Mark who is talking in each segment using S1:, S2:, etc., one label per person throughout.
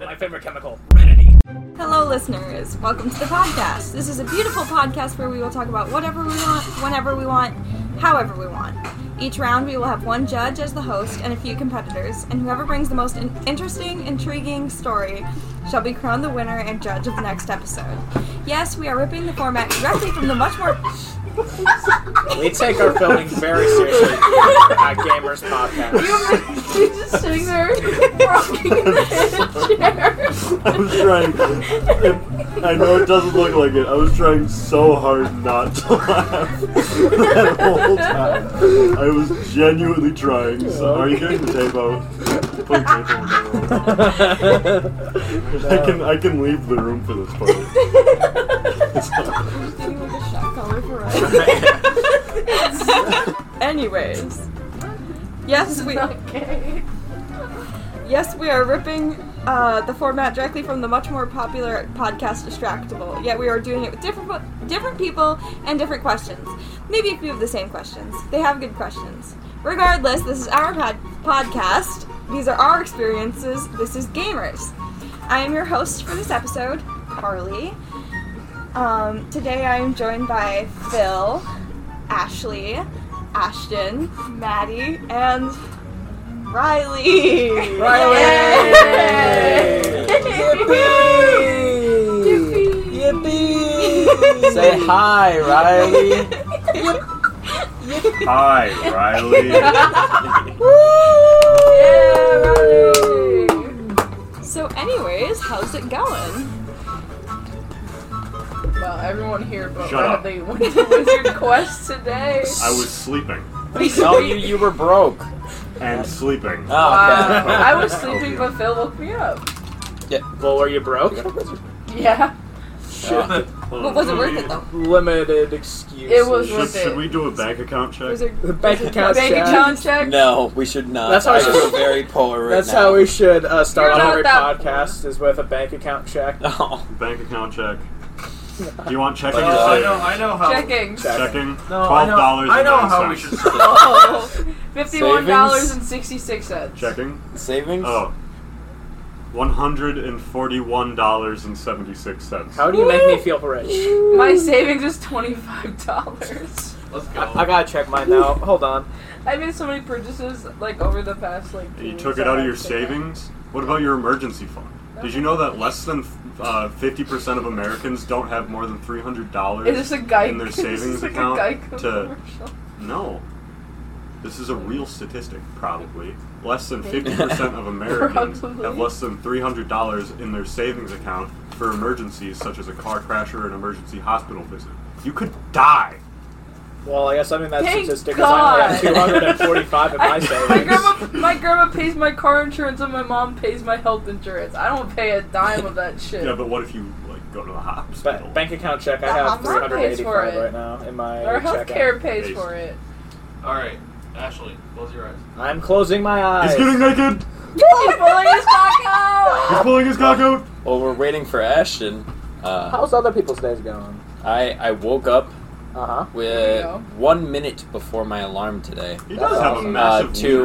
S1: My favorite chemical, renity.
S2: Hello, listeners. Welcome to the podcast. This is a beautiful podcast where we will talk about whatever we want, whenever we want, however we want. Each round, we will have one judge as the host and a few competitors, and whoever brings the most in- interesting, intriguing story shall be crowned the winner and judge of the next episode. Yes, we are ripping the format directly from the much more.
S1: We take our filming very seriously at Gamers Podcast.
S3: You're just sitting there rocking in the chair.
S4: I was trying. I know it doesn't look like it. I was trying so hard not to laugh that whole time. I was genuinely trying. So, are you getting the tape out? Put tape out. I can. I can leave the room for this part.
S2: I'm just getting like a shot color for us. Anyways, yes, we.
S3: Okay.
S2: Yes, we are ripping uh, the format directly from the much more popular podcast Distractable. Yet we are doing it with different different people and different questions. Maybe a few of the same questions. They have good questions. Regardless, this is our pod- podcast. These are our experiences. This is gamers. I am your host for this episode, Carly. Um, today I am joined by Phil, Ashley, Ashton, Maddie, and Riley.
S3: Oh,
S1: Riley!
S2: Yippee!
S1: Yippee! Say hi, Riley.
S4: Hi, Riley.
S2: So, anyways, how's it going?
S3: Well, everyone here, but
S4: Shut
S3: why
S4: up.
S3: they went to Wizard Quest today.
S4: I was sleeping
S1: We saw you, you were broke. Oh,
S4: and sleeping.
S5: Oh,
S1: okay.
S3: Wow. I was sleeping, but Phil woke me up.
S1: Yeah, well, were you broke?
S3: Yeah.
S1: Uh,
S2: But was it worth it though?
S1: limited excuse.
S3: It was
S4: Should,
S3: worth
S4: should
S3: it.
S4: we do a bank account check?
S2: Was it
S1: The bank account
S3: Bank
S1: check.
S3: account check?
S5: No, we should not.
S1: That's how
S5: I
S1: I should-
S5: feel very poor right
S1: That's
S5: now.
S1: how we should uh, start
S3: You're
S1: on
S3: not
S1: every
S3: that-
S1: podcast is with a bank account check.
S5: Oh,
S4: bank account check. Do you want checking
S6: Oh,
S4: or
S6: I
S4: saving?
S6: know, I know how.
S3: Checking.
S1: Check.
S4: Checking.
S6: No, I
S4: Twelve
S6: know-
S4: dollars.
S6: I know how we should. start.
S3: Oh, $51.66.
S4: Checking.
S5: savings.
S4: Oh. One hundred and forty-one dollars and seventy-six cents.
S1: How do you make me feel rich?
S3: My savings is $25.
S6: Let's go.
S1: I, I gotta check mine now. Hold on.
S3: I made so many purchases like over the past like. two
S4: You
S3: weeks,
S4: took
S3: I
S4: it out of your
S3: haven't taken-
S4: savings. What about your emergency fund? Did you know that less than uh, fifty percent of Americans don't have more than three hundred dollars
S3: Is this a Geico?
S4: in their
S3: is this
S4: savings
S3: like a
S4: account?
S3: Geico
S4: to
S3: commercial?
S4: no, this is a real statistic. Probably less than fifty percent of Americans
S3: Probably.
S4: have less than three hundred dollars in their savings account for emergencies such as a car crash or an emergency hospital visit. You could die.
S1: Well, I guess I'm in that
S3: Thank
S1: statistic because I only have
S5: God.
S1: 245 in my
S3: I- my
S1: savings.
S3: grandma, my grandma pays my car insurance and my mom pays my health insurance. I don't pay a dime of that shit.
S4: Yeah, but what if you like go to the hospital?
S1: Ba- bank account check, I
S2: Yeah,
S1: have
S2: I'm not
S3: paid for
S1: 385
S3: it.
S1: right now in my
S3: Our
S1: checkout.
S3: healthcare pays
S4: Based.
S3: for it.
S6: All right, Ashley, close your eyes.
S1: I'm closing my eyes.
S4: He's getting naked.
S3: He's pulling his cock out.
S4: He's pulling his cock out.
S5: Well, we're waiting for Ashton. Uh,
S1: How's other people's days going?
S5: I I woke up
S1: Uh huh.
S3: There you
S5: with
S3: go.
S5: one minute before my alarm today.
S4: He
S1: That's
S4: does have a
S3: Oh,
S1: awesome.
S5: Uh,
S4: massive
S5: to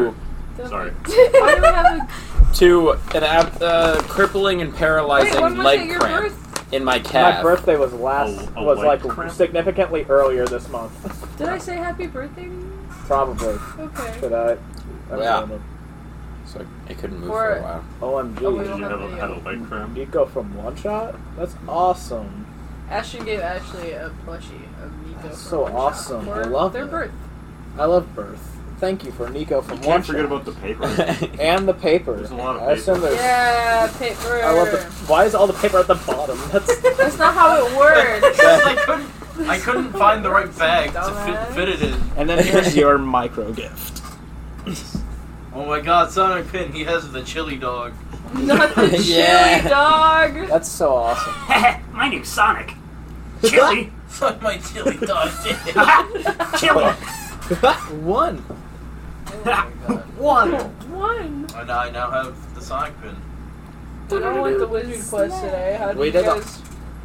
S4: wiener. Sorry.
S3: Why do we have a
S5: to an ab- uh, crippling and
S3: wait?
S5: paralyzing
S3: When was it
S5: leg
S3: your
S5: cramp
S3: birth?
S5: in my calf.
S1: My birthday was last
S4: Oh, A- a
S1: was like
S4: leg cramp?
S1: significantly earlier this month,
S3: Did I say happy birthday?
S1: probably.
S3: Okay.
S1: But I, I'm
S5: Yeah.
S1: doing
S5: so I couldn't move
S3: Or-
S5: for a while.
S1: it.
S3: Oh, we
S4: Did
S1: OMG,
S4: you have a,
S3: video.
S4: had a leg cramp?
S1: you go from one shot. That's awesome.
S3: Ashton gave Ashley a plushie of Nico.
S1: That's
S3: for
S1: so
S3: one
S1: awesome.
S3: shot.
S1: I
S3: For
S1: love
S3: their
S1: it.
S3: birth.
S1: I love birth. Thank you for Nico from
S4: You
S1: one
S4: can't forget
S1: shot.
S4: about the paper.
S1: and the paper.
S4: There's a lot of
S1: I assume
S4: paper.
S1: there's.
S3: Yeah, paper.
S1: I love the. Why is all the paper at the bottom? That's
S3: That's not how it works.
S6: I couldn't, I couldn't find the right bag to
S3: Dumbass.
S6: fit, fit it in.
S1: And then here's your micro gift.
S6: Oh my God, Sonic Pin, he has the chili dog.
S3: Not the chili
S5: Yeah.
S3: dog.
S1: That's so awesome.
S4: My name's Sonic. Chili.
S6: Suck my chili dog. dick.
S4: Chili.
S1: One.
S3: Oh.
S4: One.
S3: One.
S6: and I now have the Sonic Pin.
S3: I don't want the wizard quest today. How did
S1: We
S3: you
S1: did
S3: guys?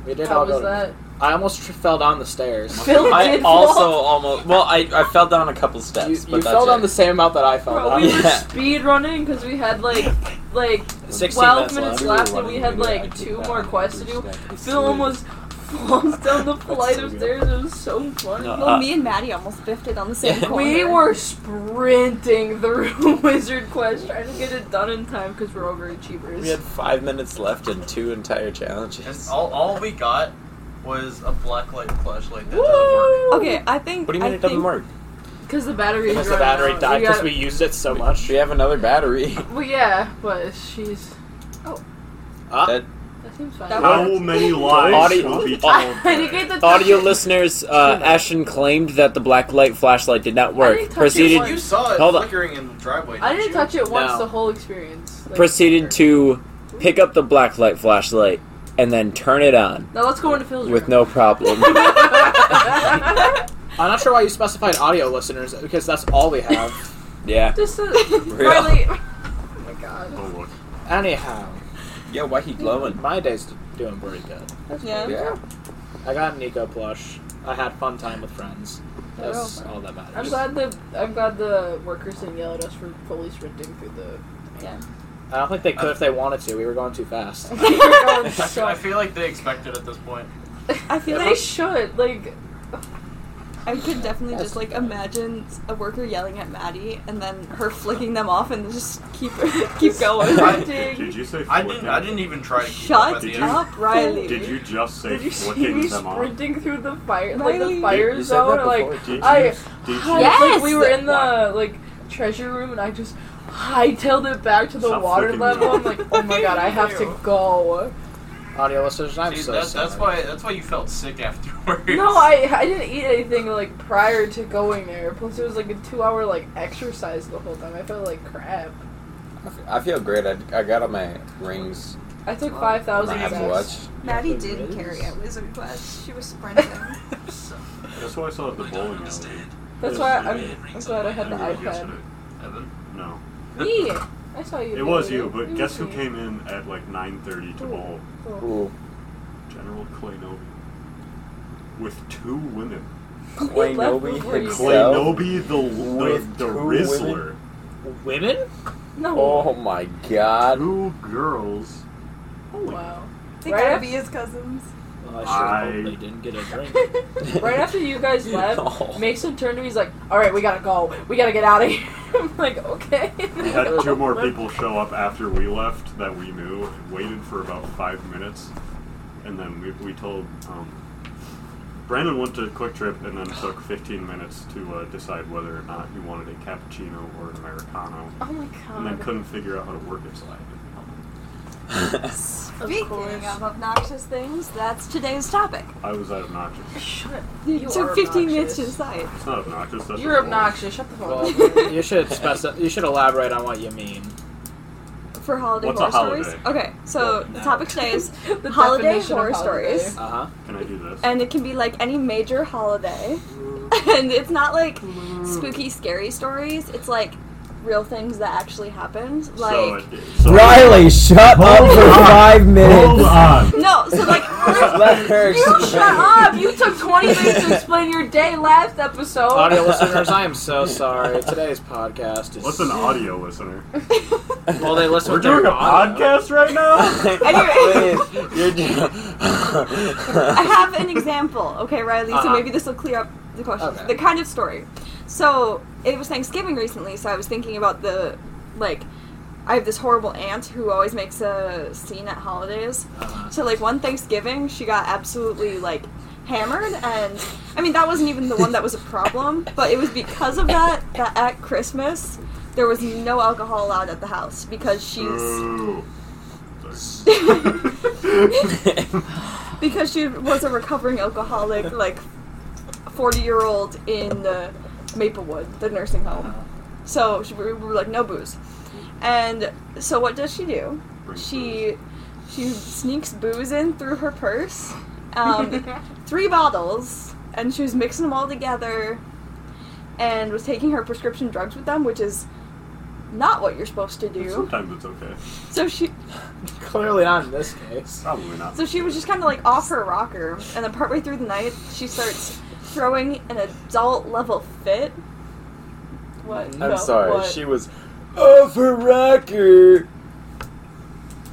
S1: We did
S3: How
S1: all
S3: was
S1: go.
S3: that?
S1: I almost tr- fell down the stairs.
S3: Phil
S5: I
S3: did
S5: also
S3: fall.
S5: almost well. I, I fell down a couple steps,
S1: You,
S5: but
S1: you
S5: that's
S1: fell
S5: it.
S1: down the same amount that I fell
S3: Bro,
S1: down.
S3: we were
S5: Yeah.
S3: speed running because we had like like
S5: 16
S3: 12
S5: minutes
S3: minutes
S5: left.
S3: left and we had like two more quests to do. Phil almost falls down the flight
S5: so
S3: of
S5: good.
S3: stairs. It was so funny.
S5: No,
S2: Well,
S5: Uh,
S2: me and Maddie almost biffed it on the same
S5: Yeah.
S2: corner.
S3: we were sprinting through Wizard Quest trying to get it done in time because we're overachievers.
S5: We had five minutes left and two entire
S6: And
S5: challenges.
S6: all, all we got was a blacklight flashlight that doesn't
S3: Woo!
S6: work.
S2: Okay, I think.
S5: What do you mean
S2: I
S5: it doesn't
S2: think-
S5: work?
S3: Because the battery
S7: Because
S3: is
S7: the
S3: running
S7: battery
S3: out.
S7: died
S3: We
S7: because
S3: got-
S7: we used it so much.
S5: We have another battery.
S3: Well, yeah, but she's.
S7: Uh,
S5: That-
S3: That seems fine.
S2: That
S4: How many lies
S5: Audio-
S4: will be told?
S3: I didn't get the touch
S5: Audio
S3: it.
S5: listeners, uh, Ashton claimed that the black light flashlight did not
S3: I didn't
S5: work.
S3: touch it
S5: Proceeded
S3: once.
S6: You saw it
S5: Hold on.
S6: flickering in the driveway.
S3: I didn't
S6: you?
S3: touch it once
S5: No.
S3: the whole experience. Like-
S5: proceeded to pick up the black light flashlight and then turn it on
S3: Now let's go into Phil's
S5: with
S3: room.
S5: no problem.
S7: I'm not sure why you specified audio listeners because that's all we have.
S5: yeah.
S3: Just a,
S5: Real.
S3: Riley. Oh my god.
S4: Oh, look.
S7: Anyhow,
S5: Yeah, why he glowing?
S7: my day's doing pretty good.
S2: Yeah.
S5: Yeah.
S7: I got an eco plush. I had fun time with friends. That's all that matters.
S3: Oh. I'm glad the I'm glad the workers didn't yell at us for fully sprinting through the.
S7: I don't think they could if they wanted to. We were going too fast.
S3: We were going
S6: I feel,
S3: so-
S6: I feel like they expect it at this point.
S2: I feel
S3: they
S2: like
S3: should like.
S2: I could definitely just like imagine a worker yelling at Maddie and then her flicking them off and just keep keep going.
S4: Did
S6: I-
S3: Sprinting.
S4: you say
S6: I
S4: flicking?
S6: didn't. I didn't even try to keep up at
S2: Shut
S6: the
S4: you-
S6: end.
S2: up, Riley.
S4: Did you just say
S3: Did you see
S4: flicking
S3: me
S4: them off?
S3: sprinting through the fire, like the
S2: Riley.
S3: fire
S5: You said that
S3: zone? Like
S5: before.
S4: Did you?
S3: I-
S4: did you?
S3: hi-
S2: Yes!
S3: like we were in the like treasure room, and I just hightailed it back to the
S4: Stop
S3: water
S4: flicking
S3: level.
S4: me.
S3: I'm like, oh my god, I have to go.
S7: Audio listeners, I'm
S6: See,
S7: so
S6: that,
S7: sorry.
S6: that's why. That's why you felt sick afterwards.
S3: No, I I didn't eat anything like prior to going there. Plus, it was like a two-hour like exercise the whole time. I felt like crap.
S5: I feel great. I, I got all my rings.
S3: I took
S2: Oh.
S3: five thousand
S5: My Apple Watch.
S3: steps.
S2: Maddie
S7: Yeah,
S2: did
S7: it
S2: carry
S7: is.
S2: a wizard quest. She was sprinting.
S4: That's why I saw it at the bowling alley.
S3: That's
S4: Yes,
S3: why
S4: you
S3: I'm,
S4: did.
S3: I'm glad I had the
S4: I realized yesterday.
S3: iPad.
S6: Evan.
S4: No,
S3: Me, I saw you.
S4: it was
S3: doing
S4: you.
S3: It
S4: But
S3: was
S4: guess who
S3: me.
S4: came in at like 9:30 to
S3: Who?
S4: bowl?
S3: Oh.
S5: Ooh.
S4: General Klenobi. With two women.
S5: Clay
S3: left
S5: Nobi
S3: before you
S5: himself.
S4: Klenobi the
S5: With
S4: the, the
S5: two
S4: Rizzler.
S6: uh,
S7: Women?
S3: No.
S5: Oh my god.
S4: Two girls. Holy
S3: Wow.
S2: They
S3: Right
S2: gotta
S3: after-
S2: be his cousins.
S7: Well, I
S4: I-
S7: sure hope they didn't get a drink.
S3: Right after you guys left,
S5: Oh.
S3: Mason turned to me. He's like, "All right, we gotta go. We gotta get out of here." I'm like, "Okay."
S4: We had two more people show up after we left that we knew, waited for about five minutes, and then we, we told. Um, Brandon went to Quick Trip and then took 15 minutes to uh, decide whether or not he wanted a cappuccino or an Americano,
S3: Oh my
S4: and then
S3: god.
S4: couldn't figure out how to work it. So I
S2: Speaking
S3: course.
S2: of obnoxious things, that's today's topic.
S4: I was that obnoxious.
S3: Shut.
S2: You
S3: You
S2: took
S3: are
S2: 15 minutes to
S3: obnoxious.
S2: decide.
S4: It's not obnoxious. That's
S3: You're
S4: what it was.
S3: obnoxious. Shut the fuck
S7: Well,
S3: up.
S7: you should speci- You should elaborate on what you mean.
S2: For holiday
S4: What's a
S2: horror stories?
S4: holiday?
S2: Okay, so
S7: Well,
S2: the
S7: no.
S2: topic today is
S3: The
S2: holiday
S3: definition of
S2: horror
S3: holiday.
S2: stories.
S7: Uh huh.
S4: Can I do this?
S2: And it can be like any major holiday. And it's not like spooky, scary stories. It's like real things that actually happened.
S4: so
S2: Like
S4: it, so
S5: shut
S4: up for five
S5: minutes.
S4: Hold on.
S2: no, so like
S5: Let her
S3: You
S5: explain.
S3: shut up! You took 20 minutes to explain your day last episode.
S2: Oh.
S7: Audio listeners, I am so sorry. Today's podcast is.
S4: What's an audio listener?
S7: Well, they listen.
S4: We're
S7: to their
S4: doing a
S7: audio.
S4: podcast right now.
S2: Anyway.
S5: Please, you're doing-
S2: I have an example, okay, Riley. So
S7: Uh-huh.
S2: maybe this will clear up the question.
S7: Okay.
S2: The kind of story. So it was Thanksgiving recently, so I was thinking about the like. I have this horrible aunt who always makes a scene at holidays.
S7: Uh-huh.
S2: So like one Thanksgiving, she got absolutely like hammered, and I mean that wasn't even the one that was a problem, but it was because of that that at Christmas there was no alcohol allowed at the house because she's
S4: Ooh.
S2: because she was a recovering alcoholic, like forty-year-old in uh, Maplewood, the nursing home. So she, we were like, no booze. And so what does she do? She she sneaks booze in through her purse, um, three bottles, and she was mixing them all together, and was taking her prescription drugs with them, which is not what you're supposed to do.
S4: Sometimes it's okay.
S2: So she
S7: Clearly not in this case.
S4: Probably not.
S2: So she was just kind of like off her rocker, and then partway through the night, she starts throwing an adult level fit. What?
S5: I'm
S2: No,
S5: sorry.
S2: what?
S5: She was over rocker.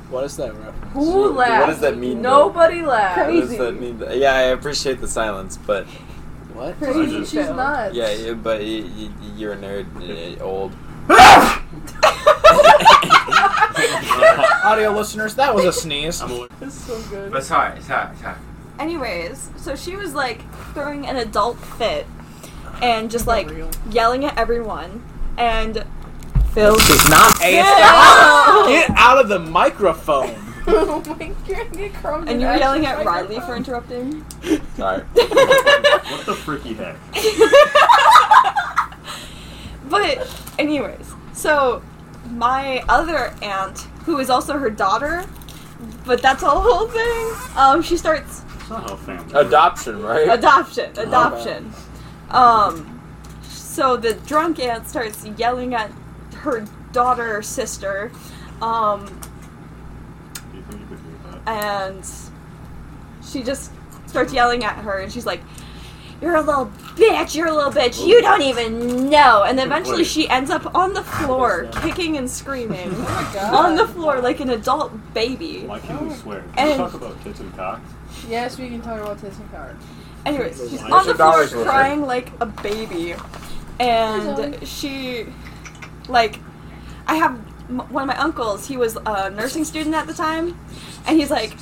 S7: What is that, bro?
S3: Who
S8: What
S3: laughed?
S8: does that mean, though?
S3: Nobody laughed.
S8: What does
S3: Crazy.
S8: that mean? Yeah, I appreciate the silence, but
S7: What?
S3: Crazy.
S4: I just-
S3: She's nuts.
S8: yeah, yeah, but you, you, you're a nerd, uh, old.
S7: Audio listeners, that was a sneeze.
S3: It's so good.
S6: But sorry, sorry, sorry.
S2: Anyways, so she was like throwing an adult fit and just like
S3: Unreal.
S2: yelling at everyone. And Phil.
S7: She's not
S2: Yeah.
S7: ASMR. Get out of the microphone.
S3: oh my god, get crumbs.
S2: And you were
S3: Actually,
S2: yelling at
S3: my
S2: Riley for
S3: microphone.
S2: interrupting.
S8: Sorry.
S4: What the freaky heck?
S2: But, anyways, so my other aunt, who is also her daughter, but that's a whole thing. Um, she starts
S4: That's not how family.
S8: Adoption, right?
S3: Uh,
S2: adoption, adoption. Um, so the drunk aunt starts yelling at her daughter or sister, um,
S4: Do you think you could do that?
S2: and she just starts yelling at her, and she's like. You're a little bitch, you're a little bitch, you don't even know. And eventually
S4: point.
S2: she ends up on the floor, kicking and screaming.
S3: Oh my god.
S2: on the floor like an adult baby.
S4: Why can't we swear? Can we
S2: And-
S4: talk about tits and cock?
S3: Yes, we can talk about Tyson Card.
S2: Anyways, she's
S4: Why
S2: on
S8: is
S2: the floor
S8: it dollars worth?
S2: crying like a baby, and she, like, I have m- one of my uncles. He was a nursing student at the time, and he's like,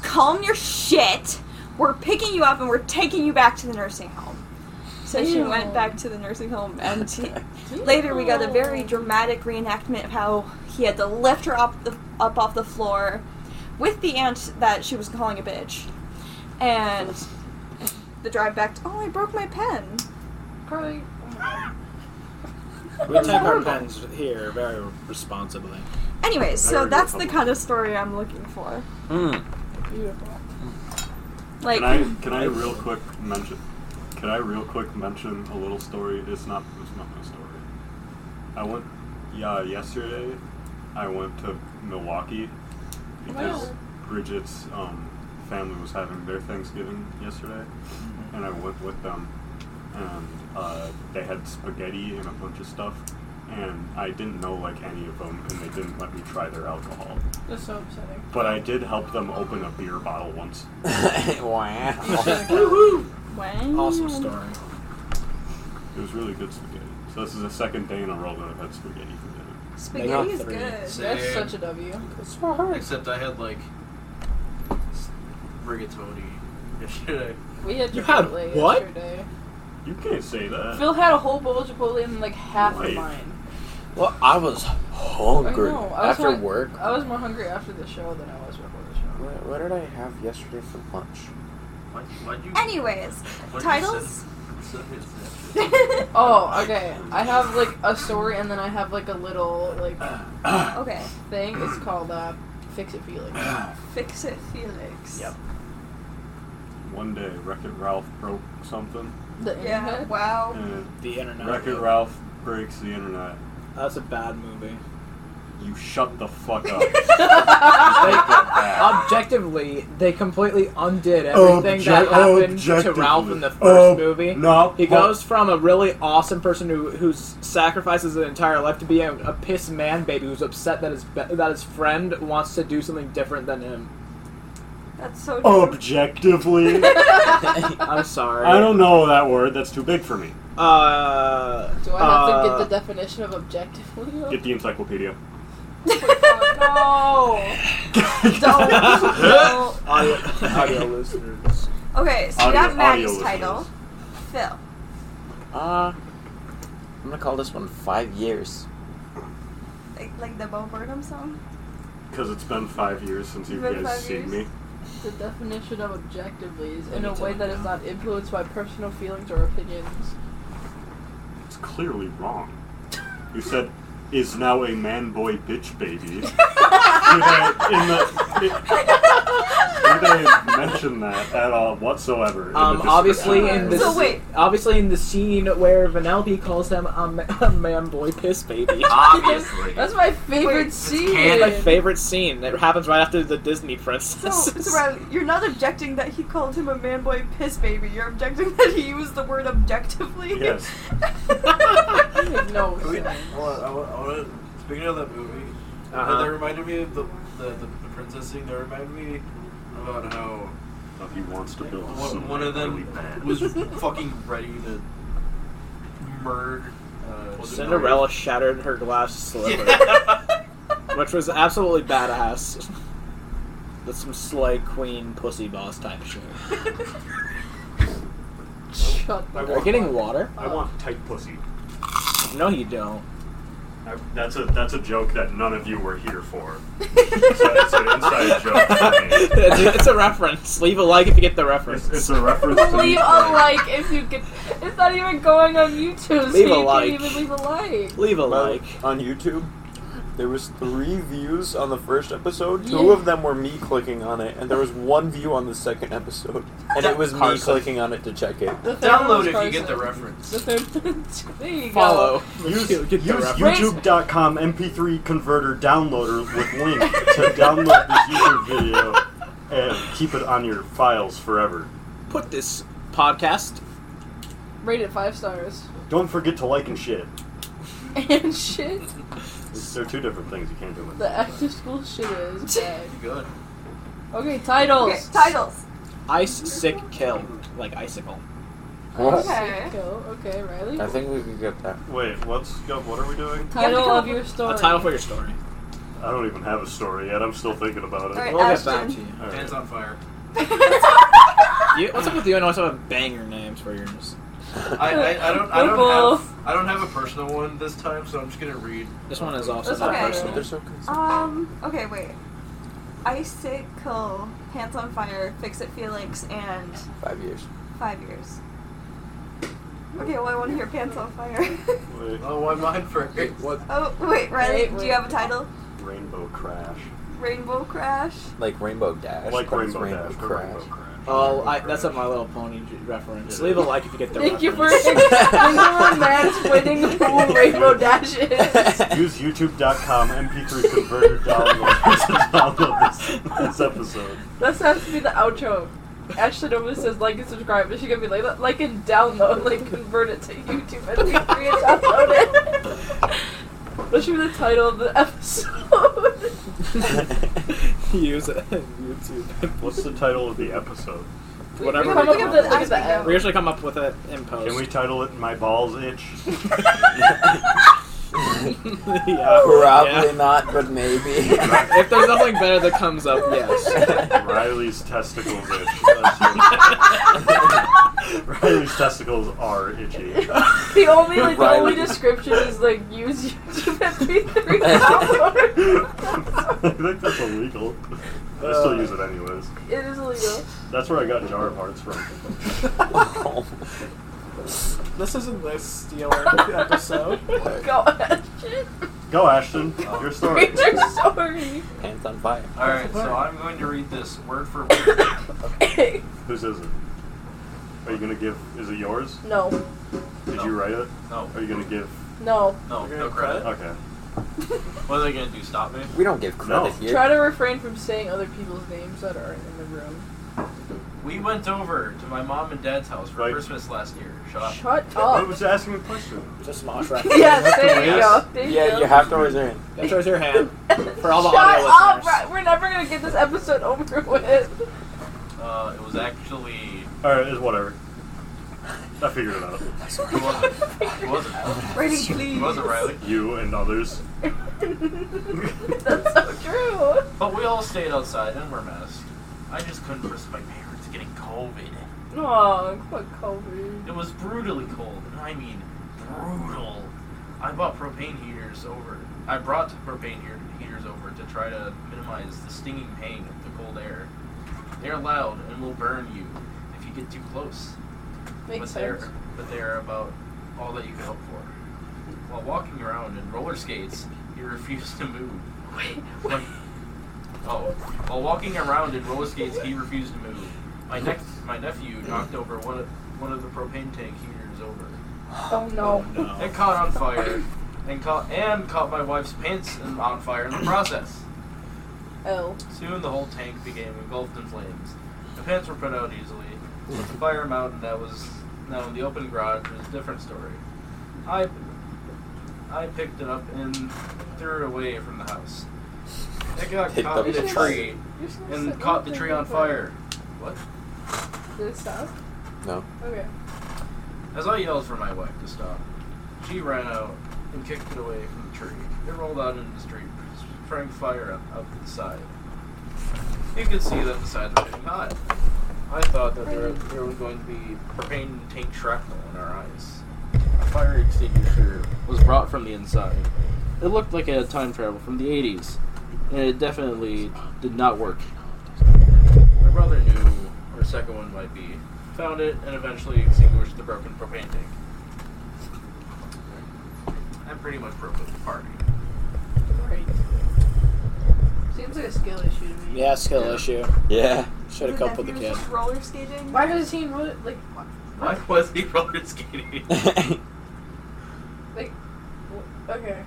S2: "Calm your shit. We're picking you up and we're taking you back to the nursing home." So she
S3: Ew.
S2: went back to the nursing home, and he- later we got a very dramatic reenactment of how he had to lift her up the up off the floor with the aunt that she was calling a bitch, and the drive back. To, oh, I broke my pen.
S3: Probably.
S7: We take our pens here very responsibly.
S2: Anyways, so
S4: Very
S2: that's
S4: good.
S2: the kind of story I'm looking for.
S8: Hmm.
S5: Mm.
S3: Beautiful.
S2: Like,
S4: Can I can I real quick mention? Can I real quick mention a little story? It's not it's not my story. I went yeah yesterday. I went to Milwaukee because
S3: Wow.
S4: Bridget's um, family was having their Thanksgiving yesterday, and I went with them, and uh, they had spaghetti and a bunch of stuff. And I didn't know like any of them, and they didn't let me try their alcohol.
S3: That's so upsetting.
S4: But I did help them open a beer bottle once.
S5: wow.
S2: when?
S7: Awesome story.
S4: It was really good spaghetti. So this is the second day in a row that I've had spaghetti for dinner.
S2: Spaghetti is
S7: Three.
S2: good.
S3: That's such a W.
S6: Except I had like s- rigatoni yesterday.
S3: We had
S7: You had
S3: Chipotle
S7: what?
S3: yesterday.
S4: You can't say that.
S3: Phil had a whole bowl of Chipotle and like half of
S4: Wait.
S3: mine.
S5: Well, I was hungry
S3: I know, I was
S5: Oh,
S3: uh,
S5: after
S3: hung-
S5: work.
S3: I was more hungry after the show than I was before the show.
S5: What, what did I have yesterday for lunch?
S6: Why, why'd you?
S2: Anyways,
S6: why'd you
S2: titles.
S6: send- send it to that
S2: okay.
S3: Oh, okay. I have like a story and then I have like a little like thing. It's called uh, Fix It Felix.
S2: Fix it, Felix.
S6: Yep.
S4: One day, Wreck It Ralph broke something,
S3: The
S2: Yeah.
S3: internet?
S1: Oh,
S2: Wow.
S4: and
S7: The internet.
S4: Wreck It Ralph breaks the internet.
S7: That's a bad movie.
S4: You shut the fuck up. Take that back.
S1: Objectively, they completely undid everything that
S4: Obje-
S1: happened to
S4: objectively.
S1: Ralph in the first
S4: Ob-
S1: movie.
S4: No,
S1: He
S4: fu-
S1: goes from a really awesome person who who's sacrifices his entire life to be a, a piss man baby who's upset that his be- that his friend wants to do something different than him.
S2: That's so.
S4: Oh,
S2: true.
S4: Objectively, I
S1: I'm sorry.
S4: don't know that word. That's too big for me.
S1: Uh,
S3: Do I have to
S1: uh,
S3: get the definition of objectively?
S4: Get the encyclopedia.
S3: oh,
S2: Don't. don't.
S1: audio, uh, audio listeners?
S2: Okay, so
S4: Audio-
S2: that Maddie's
S4: audio
S2: title.
S4: listeners.
S2: Phil.
S5: Uh, I'm gonna call this one five years.
S2: Like, like the Bo Burnham song?
S4: Because it's been five years since you
S2: It's been
S4: guys
S2: five
S4: seen
S2: years.
S4: me.
S3: the definition of objectively is in
S7: me
S3: a
S7: tell
S3: way
S7: you
S3: that is
S7: now.
S3: not influenced by personal feelings or opinions.
S4: It's clearly wrong. You said, is now a man boy bitch baby. Did I, in the, did I mention that at all whatsoever? in the
S1: Um,
S4: description?
S1: obviously in the
S2: So
S1: sce-
S2: wait.
S1: obviously in the scene where Vanellope calls him a, ma- a man boy piss baby.
S6: Obviously.
S3: That's my favorite
S2: Wait, it's
S3: scene.
S1: my favorite scene. It happens right after the Disney
S2: So,
S1: princess.
S2: so Riley, you're not objecting that he called him a man boy piss baby. You're objecting that he used the word objectively.
S4: Yes.
S3: no.
S6: Can we-
S3: sense.
S6: I wanna- I wanna- I wanna- Speaking of that movie,
S1: Uh-huh.
S6: that reminded me of the the, the, the princess thing that reminded me about how
S4: Now he wants to build
S6: one,
S4: something
S6: one of
S4: really
S6: them
S4: bad.
S6: was fucking ready to murder. Uh,
S1: Cinderella shattered her glass slipper,
S6: Yeah.
S1: which was absolutely badass. That's some slay queen pussy boss type shit.
S3: Shut the
S4: I
S1: Are you
S4: want-
S1: getting water?
S4: I want tight pussy.
S1: No, you don't.
S4: I, that's a that's a joke that none of you were here for. So it's an inside joke for me.
S1: it's, it's a reference. Leave a like if you get the
S4: It's,
S1: reference.
S4: it's a reference to me
S3: Leave a
S4: playing-
S3: like if you could. It's not even going on YouTube, so
S1: Leave a
S3: you can't
S1: like.
S3: even leave a like.
S1: Leave a
S8: Well,
S1: like.
S4: uh,
S8: on YouTube, there was three views on the first episode. Two
S3: Yeah.
S8: of them were me clicking on it, and there was one view on the second episode, and it was me
S1: Carson.
S8: clicking on it to check it.
S3: The third
S6: Download
S3: one's
S6: if you get the
S3: Carson.
S6: reference.
S3: The third. there you
S1: Follow.
S4: Use,
S1: Get the
S4: use
S1: reference.
S3: Raise-
S4: YouTube.com MP3 converter downloader with link to download this YouTube video and keep it on your files forever.
S1: Put this podcast.
S3: go. Rate it five stars.
S4: Don't forget to like and shit.
S3: And shit,
S4: It's- They're two different things. You can't do it.
S3: the after school shit is bad.
S6: Good.
S3: Okay, titles.
S2: Okay, titles.
S1: Ice sick kill. Like icicle.
S2: Okay.
S3: Go. Okay, Riley.
S8: I think we could get that.
S4: Wait, what's go? What are we doing?
S3: Title
S2: Yeah,
S3: of your story.
S1: A title for your story.
S4: I don't even have a story yet. I'm still thinking about it.
S2: All right,
S1: We'll get back to
S2: Ashton.
S1: you.
S4: All right.
S6: Hands on fire.
S1: you. What's up with you? and always have banger names for yours.
S6: I, I, I don't I
S3: Purple.
S6: don't have I don't have a personal one this time, so I'm just gonna read.
S1: This one is also
S3: That's
S1: not
S2: okay.
S8: They're
S1: personal.
S8: so good.
S2: Um. Okay. Wait. Icicle, Hands on Fire, Fix It Felix, and
S8: Five years.
S2: Five Years. Okay. Well, I want to hear Pants on Fire.
S4: Wait,
S6: Oh, why mine first? What?
S2: oh wait, Riley,
S3: Wait,
S2: do
S3: wait.
S2: you have a title?
S4: Rainbow Crash.
S2: Rainbow Crash.
S8: Like Rainbow Dash.
S4: Like
S8: but it's
S4: Rainbow Dash. but
S8: Crash.
S4: Rainbow Crash.
S1: Oh, I, that's a My Little Pony j- reference. Leave a like if you get the
S3: Thank you for
S1: reference.
S3: explaining who Rainbow Dash is.
S4: Use YouTube.com MP3 converter download to download this, this episode.
S3: This has to be the outro. Ashley always says like and subscribe, but she could be like like and download, like convert it to YouTube and we free and download it. That should be the title of the episode.
S1: Use it on YouTube.
S4: What's the title of the episode?
S1: Whatever.
S3: We
S1: We,
S3: come up
S2: we
S3: with
S2: go.
S3: the, look at the
S1: we
S3: end.
S1: usually come up with it in post.
S4: Can we title it My Balls Itch?
S1: yeah.
S8: Probably
S1: Yeah.
S8: not, but maybe.
S1: If there's nothing better that comes up, yes.
S4: Riley's testicles itch. That's it. Riley's testicles are itchy.
S3: The only like the only
S8: Riley.
S3: description is like use YouTube MP3 download.
S4: I think that's illegal. I still use it anyways.
S3: it is illegal.
S4: That's where I got Jar of Hearts from.
S1: This isn't the Steeler episode.
S3: Go ahead.
S4: Go, Ashton. Your story.
S3: Read your story.
S8: Hands on fire.
S6: All right, so I'm going to read this word for word.
S4: Whose is it? Are you gonna give? Is it yours?
S3: no,
S4: Did
S6: No.
S4: you write it?
S6: No,
S4: Are you gonna give?
S3: no.
S6: no, no credit.
S4: Okay.
S6: What are they gonna do? Stop me?
S8: We don't give
S4: No.
S8: credit here.
S3: Try to refrain from saying other people's names that aren't in the room.
S6: We went over to my mom and dad's house for
S4: Right.
S6: Christmas last year. Shut up.
S3: Shut
S4: I
S3: up.
S4: was asking a question.
S1: Just mosh right now.
S3: yes, there you
S4: Yes.
S3: go. There you
S8: yeah,
S3: go.
S8: you have to raise your hand.
S1: That's raise your hand. For all the
S3: Shut
S1: audio
S3: up!
S1: listeners.
S3: Ri- We're never gonna get this episode over with.
S6: Uh, it was actually.
S4: All right, it's whatever. I figured it out.
S6: It wasn't. It wasn't.
S2: Ready,
S6: It
S2: please.
S6: wasn't Riley.
S4: You and others.
S3: That's so true.
S6: But we all stayed outside and were masked. I just couldn't risk my parents getting COVID.
S3: Oh, fuck Kobe.
S6: It was brutally cold, and I mean brutal. I bought propane heaters over. I brought propane heater- heaters over to try to minimize the stinging pain of the cold air. They're loud and will burn you if you get too close.
S3: Makes
S6: but they're
S3: sense.
S6: but they're about all that you can hope for. While walking around in roller skates, you refuse to move. When- oh, while walking around in roller skates, he refused to move. My next, my nephew knocked over one of one of the propane tank heaters over.
S3: Oh no.
S6: It caught on fire, and caught and caught my wife's pants and on fire in the process.
S3: L.
S6: Soon the whole tank became engulfed in flames. The pants were put out easily. The fire mountain that was now in the open garage was a different story. I I picked it up and threw it away from the house. That got
S5: Picked
S6: caught
S5: up
S6: in
S5: the
S6: a tree
S3: You're just gonna
S6: and
S3: sit
S6: caught the
S3: there
S6: tree
S3: and
S6: on
S3: look
S6: fire. What?
S3: at it. Did it stop?
S5: No.
S3: Okay.
S6: As I yelled for my wife to stop, she ran out and kicked it away from the tree. It rolled out into the street, spraying fire up, up to the side. You could see that the sides were getting hot. I thought that there, there was going to be propane tank shrapnel in our eyes. A fire extinguisher was brought from the inside. It looked like a time travel from the 80s, and it definitely did not work. My brother knew where the second one might be, found it, and eventually extinguished the broken propane tank. That pretty much broke up the party.
S3: Great. Seems like a skill issue to me.
S1: Yeah, skill issue.
S5: Yeah.
S1: Should have coupled the
S2: nephew
S1: kid.
S2: was just roller skating.
S3: Why does he really like?
S6: Why was he roller skating?
S3: Like, wh- okay.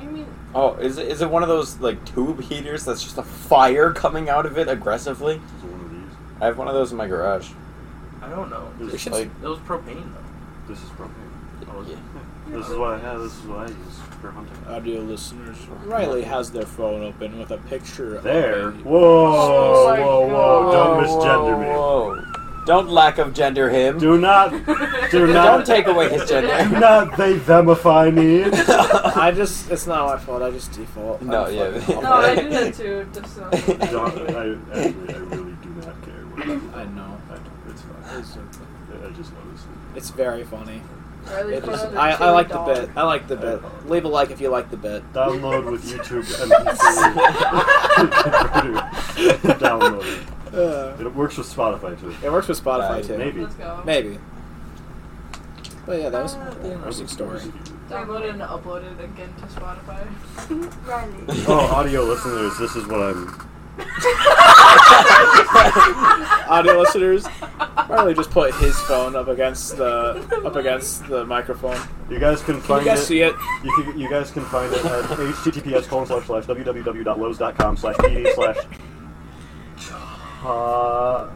S3: I mean,
S5: oh, is it, is it one of those like tube heaters that's just a fire coming out of it aggressively?
S4: It's one of these.
S5: I have one of those in my garage.
S6: I don't know.
S4: We
S5: It's
S6: Just-
S4: should-
S5: like,
S6: It was propane
S4: This is propane.
S6: though. Oh,
S5: yeah.
S4: This is what I have. This is what I use for hunting.
S1: Audio listeners, Riley has their phone open with a picture
S4: There.
S1: of a-
S4: Whoa,
S3: Oh my
S4: whoa, whoa.
S3: God.
S4: Don't misgender me.
S5: whoa, whoa. Don't lack of gender him.
S4: Do not, do
S5: Don't
S4: not,
S5: take away his
S4: do
S5: gender.
S4: not they themify me.
S1: I just, it's not my fault. I just default. I'm
S5: No, yeah.
S1: fucking awful.
S3: no, I do that too. Just not.
S4: Don't, I, actually, I really do not care. What I,
S1: I know.
S4: I don't, it's fine.
S1: It's,
S4: I just noticed it.
S1: it's very funny.
S3: Riley
S1: It
S3: put
S1: is,
S3: on a
S1: I, I like the
S3: $2.
S1: bit. I like the bit. Leave a like if you like the bit.
S4: Download with YouTube MP3 converter. Download it.
S1: Uh,
S4: It works with Spotify too.
S1: it works with Spotify
S5: Uh,
S1: too.
S4: maybe.
S3: Let's go.
S1: Maybe. But yeah, that was
S2: Uh,
S1: the interesting story.
S3: Download it and upload it again to Spotify.
S2: Riley.
S4: Oh, audio listeners, this is what I'm.
S1: Audio listeners, Riley just put his phone up against the up against the microphone.
S4: You guys can
S1: Can
S4: find
S1: you guys
S4: it.
S1: see it?
S4: You, can, you guys can find it at https colon slash slash www.lowes.com slash pd slash. Uh,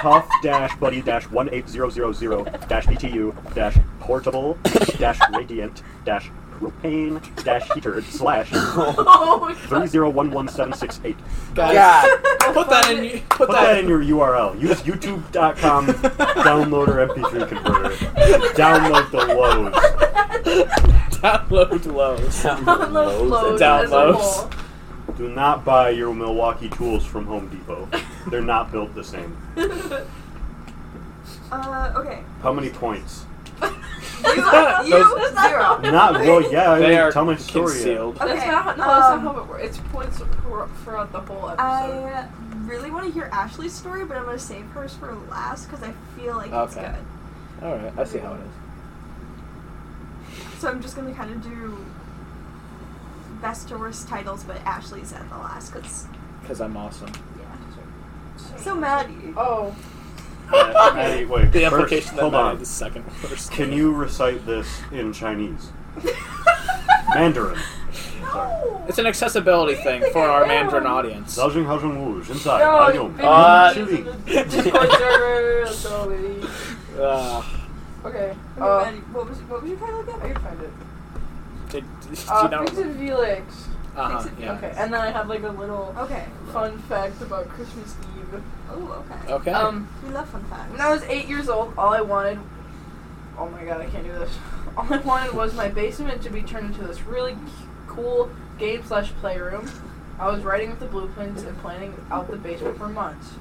S4: tough dash buddy dash one eight zero zero zero dash btu dash portable dash radiant dash propane dash heater slash
S3: Oh my god.
S4: three zero one one seven six eight.
S1: Guys, put that in. you- Put,
S4: Put that in your URL. Use youtube.com downloader mp3 converter. Download the loads.
S1: download lows.
S3: Download flows as a
S1: Downloads.
S3: whole.
S4: Do not buy your Milwaukee tools from Home Depot. They're not built the same.
S2: Uh, okay.
S4: How many points?
S2: You, you
S1: Those-
S2: zero.
S4: Not well. Yeah, I
S1: They
S4: mean,
S1: are
S4: tell my story.
S1: concealed.
S2: Okay,
S3: That's not, no, that's
S2: um,
S3: not how it works. It's points for- throughout the whole episode.
S2: I really want to hear Ashley's story, but I'm going to save hers for last because I feel like it's
S1: Okay.
S2: good.
S1: All right, I see how it is.
S2: So I'm just going to kind of do best to worst titles, but Ashley's at the last because,
S1: Because I'm awesome.
S2: yeah. So Maddie.
S3: oh,
S4: Uh, Maddie, wait.
S1: The
S4: first,
S1: implication that
S4: hold
S1: Maddie
S4: on.
S1: is second worst.
S4: Can you recite this in Chinese? Mandarin.
S2: No.
S1: It's an accessibility thing for our Mandarin audience.
S4: Zaojing Haojing Wu, Jinsai,
S3: no,
S4: Haojing.
S3: big
S1: Uh,
S3: news in
S4: Shooting.
S3: the Discord server. Let's go, baby.
S1: Uh,
S3: Okay,
S2: Okay,
S3: uh,
S2: Maddie, what was what was your title
S3: I
S2: again?
S3: can find it.
S1: did, did you
S3: Uh,
S1: know?
S3: Pigs and Felix.
S1: Uh-huh, yeah.
S3: Okay, and then I have like a little
S2: Okay.
S3: fun fact about Christmas Eve.
S2: Oh, okay.
S1: Okay.
S3: Um,
S2: We love fun facts.
S3: When I was eight years old, all I wanted. Oh my god, I can't do this. All I wanted was my basement to be turned into this really c- cool game slash playroom. I was writing up the blueprints and planning out the basement for months.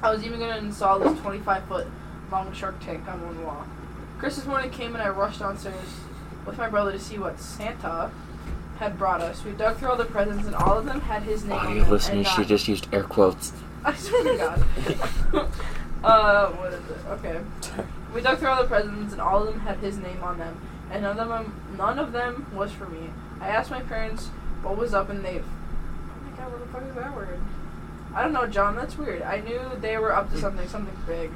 S3: I was even gonna install this 25 foot long shark tank on one wall. Christmas morning came and I rushed downstairs with my brother to see what Santa had brought us. We dug through all the presents and all of them had his name. on
S5: Audio
S3: them and
S5: listeners, she
S3: not-
S5: just used air quotes.
S3: I swear to God. uh, what is it? Okay. We dug through all the presents, and all of them had his name on them, and none of them, none of them was for me. I asked my parents what was up, and they, oh my God, what the fuck is that word? I don't know, John. That's weird. I knew they were up to something, something big.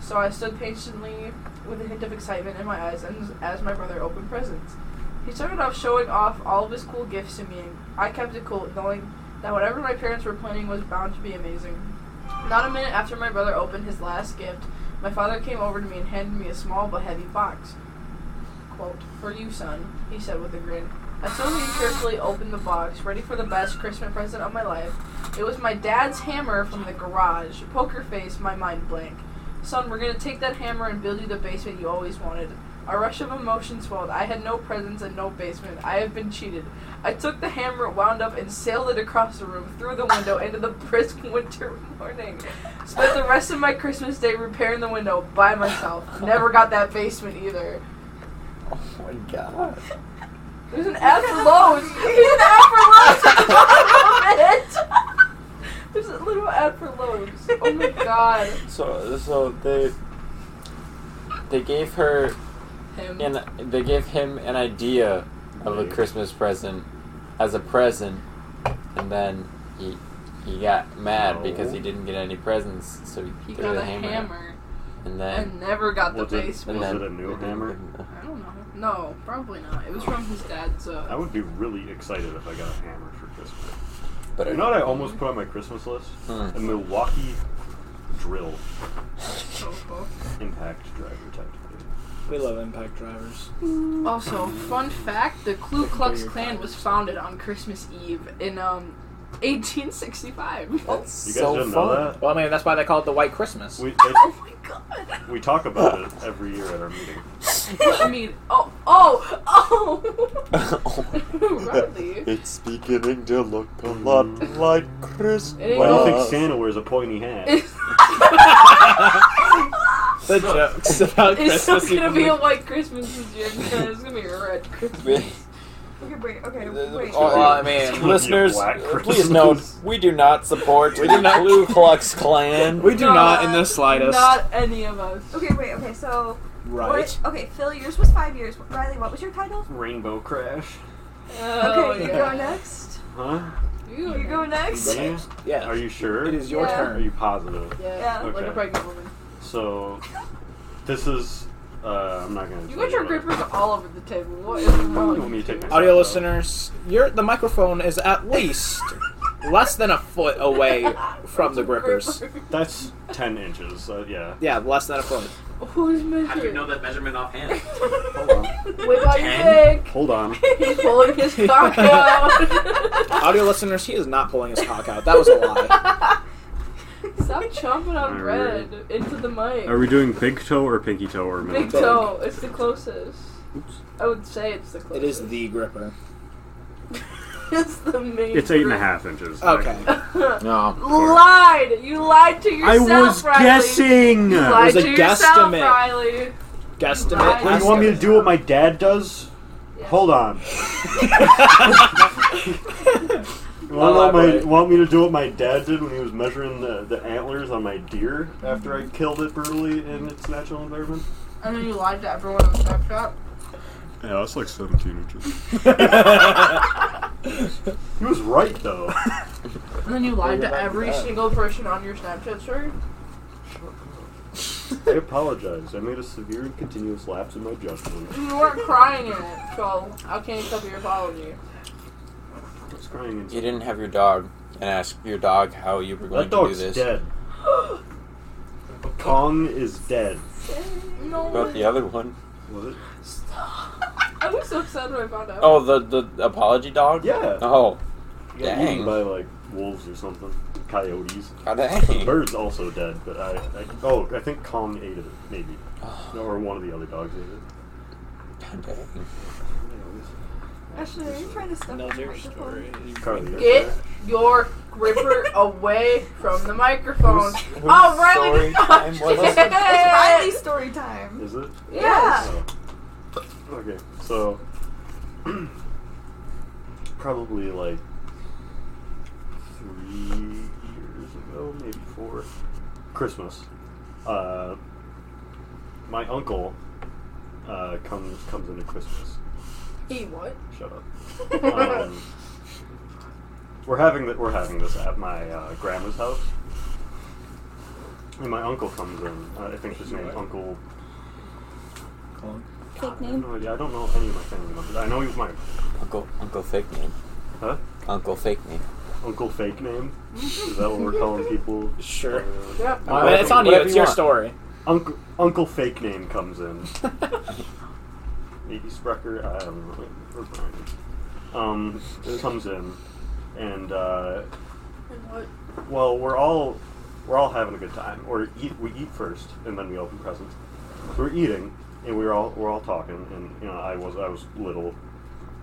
S3: So I stood patiently with a hint of excitement in my eyes, and as my brother opened presents, he started off showing off all of his cool gifts to me. and I kept it cool, knowing that whatever my parents were planning was bound to be amazing. Not a minute after my brother opened his last gift, my father came over to me and handed me a small but heavy box. Quote, For you, son, he said with a grin. I slowly and carefully opened the box, ready for the best Christmas present of my life. It was my dad's hammer from the garage. Poker face, my mind blank. Son, we're gonna take that hammer and build you the basement you always wanted. A rush of emotion swelled. I had no presents and no basement. I have been cheated. I took the hammer, wound up, and sailed it across the room, through the window, into the brisk winter morning. Spent the rest of my Christmas day repairing the window by myself. Never got that basement either.
S8: Oh my god.
S3: There's an ad for Lowe's. There's an ad for Lowe's at the bottom of it. There's a little ad for Lowe's. Oh my god.
S8: So so they they gave her
S3: Him.
S8: and they gave him an idea of a Christmas present as a present, and then he he got mad because he didn't get any presents, so he,
S3: he
S8: threw
S3: got
S8: the
S3: a hammer,
S8: hammer. And
S3: and
S8: then
S3: never got the
S4: Was it-
S3: basement.
S8: and
S4: Was
S8: then
S4: it a new
S8: and then-
S4: hammer?
S3: I don't know. No, probably not. It was from his dad's.
S4: I
S3: Uh,
S4: would be really excited if I got a hammer for Christmas.
S8: But
S4: You know what I almost put on my Christmas list?
S8: Hmm.
S4: A Milwaukee drill
S3: tofu.
S4: impact driver type thing.
S7: We love impact drivers.
S3: Also, fun fact: the Ku Klux Klan was founded on Christmas Eve in um, Oh
S4: You
S3: 1865.
S8: that's
S4: guys
S8: so
S4: didn't
S8: fun.
S4: know that?
S1: Well, I mean, that's why they call it the White Christmas.
S4: We,
S3: Oh
S4: they,
S3: my god!
S4: we talk about it every year at our meeting.
S3: I mean, oh, oh, oh! Riley.
S8: It's beginning to look a lot like Christmas.
S3: It is.
S4: Why do you think
S8: Uh,
S4: Santa wears a pointy hat?
S7: The jokes about
S3: It's still
S7: Christmas
S3: gonna be a
S7: Eve.
S3: white Christmas this year. It's gonna be a red Christmas.
S2: Okay, wait, okay, wait.
S8: Oh, well, I
S4: It's
S8: mean,
S4: gonna
S8: listeners,
S4: be a black
S8: uh,
S4: Christmas.
S8: please note we do not support
S7: We do
S8: the
S7: not-
S8: Ku Klux Klan.
S7: We do not in the slightest.
S3: Not any of us.
S2: Okay, wait, okay, so.
S7: Right.
S2: What, okay, Phil, yours was five years. Riley, what was your title?
S4: Rainbow Crash.
S3: Oh,
S2: okay, you
S3: yeah.
S2: go next.
S4: Huh?
S3: You,
S2: You go next.
S4: Yeah?
S1: Yeah.
S4: Are you sure?
S1: It is your
S2: Yeah.
S4: Are
S1: turn.
S4: you positive?
S3: Yeah,
S2: Yeah.
S3: like a
S4: Okay.
S3: pregnant woman.
S4: So, this is. Uh, I'm not gonna.
S3: You
S4: tell
S3: got your
S4: about it.
S3: grippers all over the table. What is
S4: You
S3: wrong
S4: want me
S3: with
S4: to
S3: you?
S4: take my-
S7: Audio listeners, your the microphone is at least less than a foot away from the grippers.
S4: That's 10 inches. Uh, yeah.
S7: Yeah, less than a foot.
S3: Who's measuring?
S9: How do you know that measurement offhand?
S4: Hold on.
S3: Whip out your
S9: Ten?
S3: dick.
S4: Hold on.
S3: He's pulling his cock out.
S7: Audio listeners, he is not pulling his cock out. That was a lie.
S3: Stop chomping on
S4: Alright.
S3: bread into the mic.
S4: Are we doing big toe or pinky toe or middle
S3: Big
S4: toe?
S3: toe. It's the closest. I would say it's the
S7: It
S3: closest.
S7: is the gripper.
S3: It's the main.
S4: It's eight and a half inches.
S7: Okay.
S5: No.
S3: Lied. You lied to
S4: I
S3: yourself.
S4: was
S3: Riley.
S4: guessing!
S3: You
S4: What
S3: lied
S7: was a
S3: to yourself,
S7: guesstimate.
S3: Riley.
S7: Guesstimate.
S4: do you want me to do? What my dad does?
S3: Yes.
S4: Hold on. You want, my,
S7: Elaborate.
S4: want me to do what my dad did when he was measuring the, the antlers on my deer after I killed it brutally in its natural environment?
S3: And then you lied to everyone on Snapchat.
S10: Yeah, that's like 17 inches.
S4: He was right though.
S3: And then you lied to every
S7: Uh.
S3: single person on your Snapchat story.
S4: I apologize. I made a severe and continuous lapse in my judgment.
S3: You weren't crying in it, so I can't accept your apology.
S4: I was crying
S8: You
S4: inside.
S8: didn't have your dog and ask your dog how you were going
S4: That
S8: to do
S4: dog's
S8: this.
S4: dead. Kong is dead.
S8: About
S3: No.
S8: the other one.
S4: Was it?
S3: I was so upset when I found out.
S8: Oh, the the apology dog.
S4: Yeah.
S8: Oh,
S4: He got eaten
S8: Dang.
S4: By like wolves or something, coyotes.
S8: God
S4: The
S8: dang.
S4: bird's also dead, but I, I oh I think Kong ate it maybe,
S8: Oh.
S4: No, or one of the other dogs ate it.
S8: God dang.
S2: Ashley, are you trying to stuff the
S7: Another
S2: microphone?
S7: story.
S4: Carly, you're
S3: Get
S4: correct.
S3: your gripper away from the microphone.
S8: Who's- who's
S3: oh, Riley!
S8: sorry
S3: did not
S8: time was
S3: shit.
S8: it?
S2: It's Riley's story time.
S4: Is it?
S3: Yeah.
S4: Oh. Okay, so probably like three years ago, maybe four. Christmas. Uh, my uncle uh, comes comes into Christmas.
S3: He what?
S4: Shut up. um, we're having th- we're having this at my uh, grandma's house, and my uncle comes in. Uh, I think his name's Uncle.
S2: Fake
S4: I have
S2: name.
S4: no idea. I don't know any of my family members. I know he was my
S8: Uncle Uncle fake name.
S4: huh
S8: Uncle fake name.
S4: uncle fake name. Is that what we're calling people?
S7: Sure.
S4: Uh,
S3: Yep.
S7: I mean, it's on you.
S8: Whatever
S7: It's
S8: you
S7: your
S8: want.
S7: story.
S4: uncle Uncle fake name comes in. Maybe Sprecher. I don't know. Or Brian. um, comes in, and uh, well, we're all we're all having a good time. Or eat, we eat first, and then we open presents. We're eating, and we're all we're all talking. And you know, I was I was little,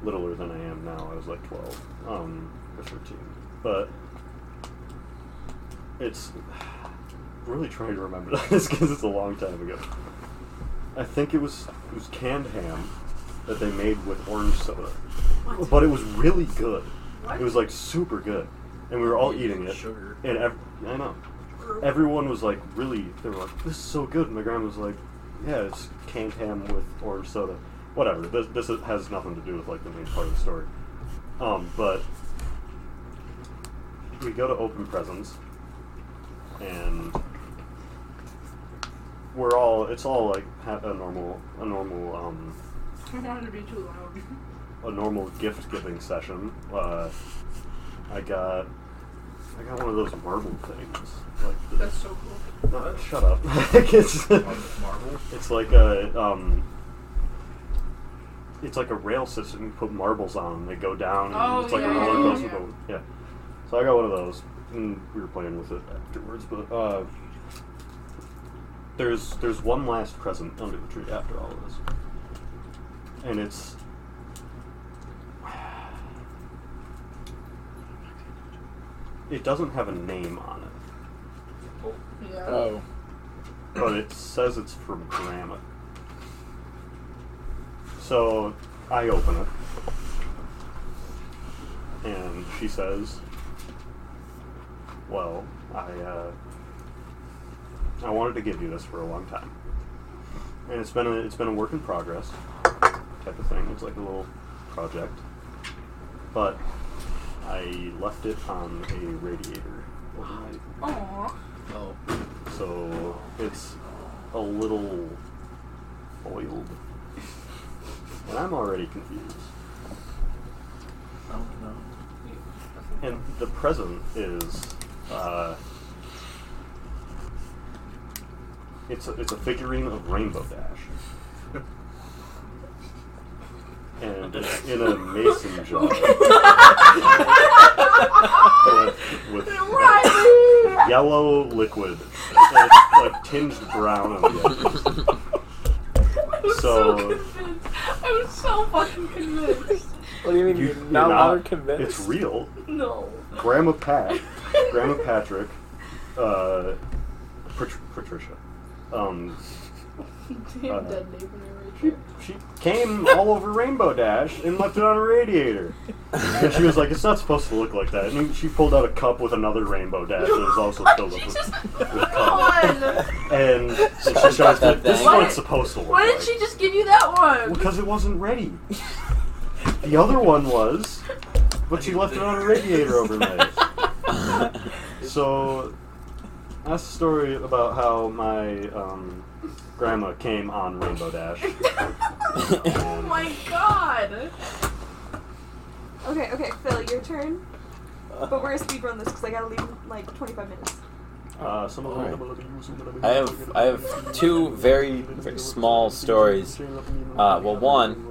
S4: littler than I am now. I was like twelve, um, or thirteen. But it's really trying to remember this because it's a long time ago. I think it was it was canned ham that they made with orange soda, but it was really good. It was like super good, and we were all eating it.
S6: Sugar.
S4: And ev- I know everyone was like really. They were like, "This is so good." And my grandma was like, "Yeah, it's canned ham with orange soda." Whatever. This this is- has nothing to do with like the main part of the story. Um, but we go to open presents, and we're all it's all like ha- a normal a normal um
S3: I wanted to be too loud.
S4: a normal gift giving session. Uh, I got I got one of those marble things. Like the-
S3: That's so cool.
S4: no, shut up. it's,
S6: Marble.
S4: it's like a um it's like a rail system you put marbles on and they go down and
S3: Oh,
S4: it's like
S3: yeah,
S4: a
S3: yeah,
S4: roller
S3: yeah,
S4: coaster.
S3: yeah.
S4: but- yeah. So I got one of those and we were playing with it afterwards, but uh there's there's one last present under the tree after all of this. And it's it doesn't have a name on it.
S3: Yeah.
S7: Oh.
S4: but it says it's from grandma. So I open it, and she says, "Well, I uh, I wanted to give you this for a long time, and it's been a, it's been a work in progress type of thing. It's like a little project, but I left it on a radiator overnight."
S3: Aww.
S6: Oh.
S4: So it's a little oiled. And I'm already confused.
S7: Oh no.
S4: And the present is uh it's a, it's a figurine of Rainbow Dash. And it's in a mason jar. with, with yellow liquid. It's like tinged brown on the edges.
S3: I'm
S4: So-
S3: so, convinced. I'm so fucking convinced.
S7: What do you mean
S4: You-
S7: you're
S4: you're
S7: not,
S4: not-
S7: convinced?
S4: It's real.
S3: No.
S4: Grandma Pat, Grandma Patrick, uh, Pat- Patricia. Um,
S3: Damn
S4: Uh,
S3: dead neighbor
S4: she,
S3: Rachel.
S4: she came all over Rainbow Dash and left it on a radiator. And she was like, "It's not supposed to look like that." And she pulled out a cup with another Rainbow Dash that was also filled up
S3: Jesus.
S4: with.
S3: One.
S4: And, and she
S8: Got
S4: was like,
S8: that
S4: "This is
S8: thing.
S4: what
S3: Oh Why-
S4: it's supposed to look
S3: Why
S4: like."
S3: did she just give you that one?
S4: Because it wasn't ready. The other one was, but she left it on a radiator overnight. So that's the story about how my um, grandma came on Rainbow Dash.
S3: oh my god.
S2: Okay, okay, Phil, your turn.
S7: Uh.
S2: But we're gonna speedrun this because I gotta leave in like 25 minutes.
S4: Uh, some of
S8: Alright.
S4: them-
S8: I have I have two very, very small stories. Uh, well, one-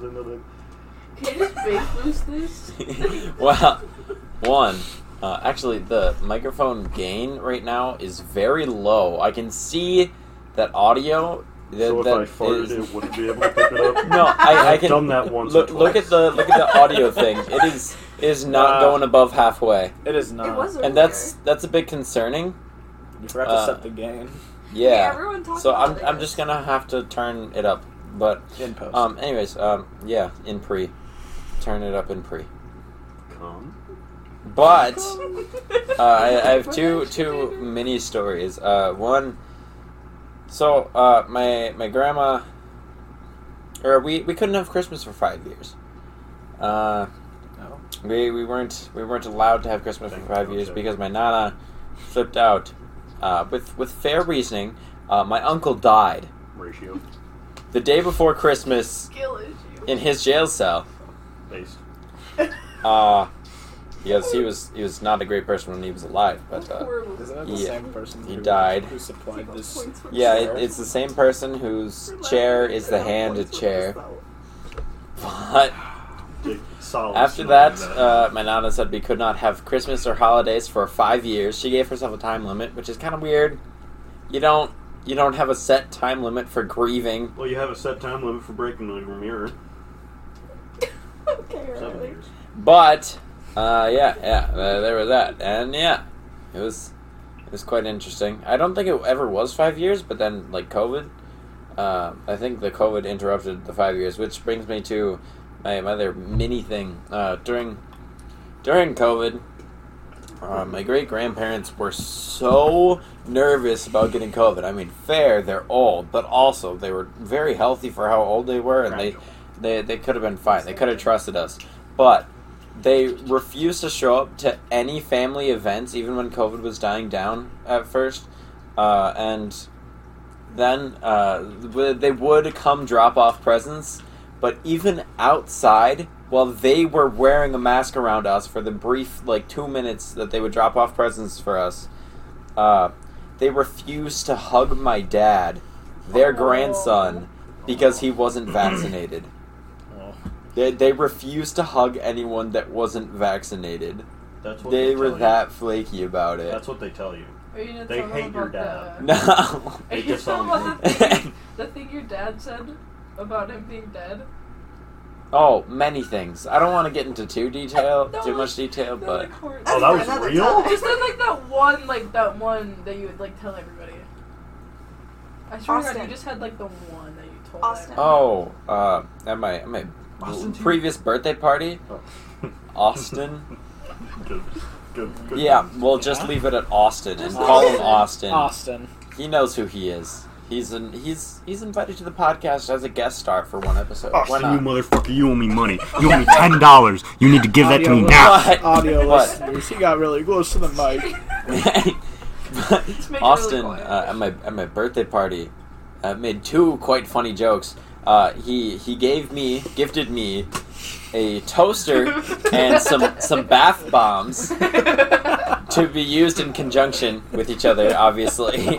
S3: Can you just bake loose this?
S8: well, one. Uh, actually, the microphone gain right now is very low. I can see that audio. That,
S4: So if
S8: that
S4: I farted,
S8: is-
S4: it wouldn't be able to pick it up.
S8: no, I, I
S4: I've
S8: can
S4: done that once or
S8: Look, look at
S4: twice.
S8: the look at the audio thing. It is it is not
S7: Uh,
S8: going above halfway,
S7: It is not.
S2: it was earlier.
S8: and that's that's a bit concerning.
S7: You forgot
S8: uh,
S7: to set the game
S2: yeah.
S8: Yeah.
S2: everyone talked
S8: So
S2: about
S8: I'm
S2: it.
S8: I'm just gonna have to turn it up, but
S7: in post.
S8: um. Anyways, um. Yeah, in pre, turn it up in pre.
S4: Come.
S8: But. uh, I, I have two two mini stories. Uh, one, so uh, my my grandma, or we, we couldn't have Christmas for five years. Uh,
S7: No.
S8: we we weren't we weren't allowed to have Christmas for
S4: Thank
S8: five
S4: you,
S8: years
S4: sir.
S8: because my nana flipped out, uh, with with fair reasoning. Uh, my uncle died
S4: Ratio.
S8: the day before Christmas
S3: Skill issue.
S8: in his jail cell.
S4: Based.
S8: Uh, because he was he was not a great person when he was alive, but uh,
S3: Horrible.
S1: Isn't it the
S8: Yeah.
S1: same person
S8: He
S1: who,
S8: died.
S1: who supplied this?
S3: Points for-
S8: yeah, it, it's the same person whose chair is the hand chair. But
S4: Dick Solid
S8: after
S4: snow
S8: that,
S4: man.
S8: uh, my nana said we could not have Christmas or holidays for five years. She gave herself a time limit, which is kind of weird. You don't you don't have a set time limit for grieving.
S4: well, you have a set time limit for breaking the mirror.
S3: okay,
S4: Seven
S3: really.
S4: years.
S8: But uh, yeah, yeah, there, there was that, and yeah, it was it was quite interesting. I don't think it ever was five years, but then like COVID, uh, I think the COVID interrupted the five years, which brings me to my, my other mini thing. Uh, during during COVID, uh, my great grandparents were so nervous about getting COVID. I mean, fair, they're old, but also they were very healthy for how old they were, and they they, they could have been fine. They could have trusted us, but they refused to show up to any family events, even when COVID was dying down at first, uh, and then uh, w- they would come drop off presents. But even outside, while they were wearing a mask around us for the brief like two minutes that they would drop off presents for us, uh, they refused to hug my dad, their
S3: Oh.
S8: grandson, because he wasn't vaccinated.
S4: Oh.
S8: They, they refused to hug anyone that wasn't vaccinated.
S4: That's what
S8: They
S4: they
S8: were
S4: tell you.
S8: that flaky about it.
S4: That's what they tell you.
S3: Are you gonna
S4: They
S3: tell them
S4: hate your
S3: about
S4: dad.
S3: the-
S8: no.
S3: Are
S4: They
S3: you
S4: disown
S3: still
S4: you.
S3: the thing, the thing your dad said about him being dead?
S8: oh, many things. I don't want to get into too detail,
S3: No,
S8: too much detail,
S3: No,
S8: but
S3: like, horror-
S4: Oh, that was
S2: Another
S4: real?
S3: Just then, like that one, like that one that you would like tell everybody. I swear to God,
S2: Austin.
S3: you just had like the one that you told.
S2: Austin.
S3: everybody.
S8: oh, uh, at my at my
S4: Austin, too.
S8: previous birthday party,
S4: Oh.
S8: Austin.
S4: good, good, good.
S8: yeah, we'll just
S1: Yeah.
S8: leave it at Austin and
S3: Just
S8: call
S3: leave
S8: him
S3: it.
S8: Austin.
S1: Austin.
S8: He knows who he is. He's an, he's he's invited to the podcast as a guest star for one episode. Why
S10: Austin, you
S8: not?
S10: motherfucker, you owe me money. You owe me ten dollars. You need to give that to me
S1: Audio-
S10: now.
S8: But-
S1: Audio
S8: but-
S1: listeners, he got really close to the mic.
S3: really
S8: Austin
S3: quiet.
S8: uh, at my at my birthday party uh, made two quite funny jokes. Uh, he he gave me gifted me a toaster and some some bath bombs to be used in conjunction with each other, obviously.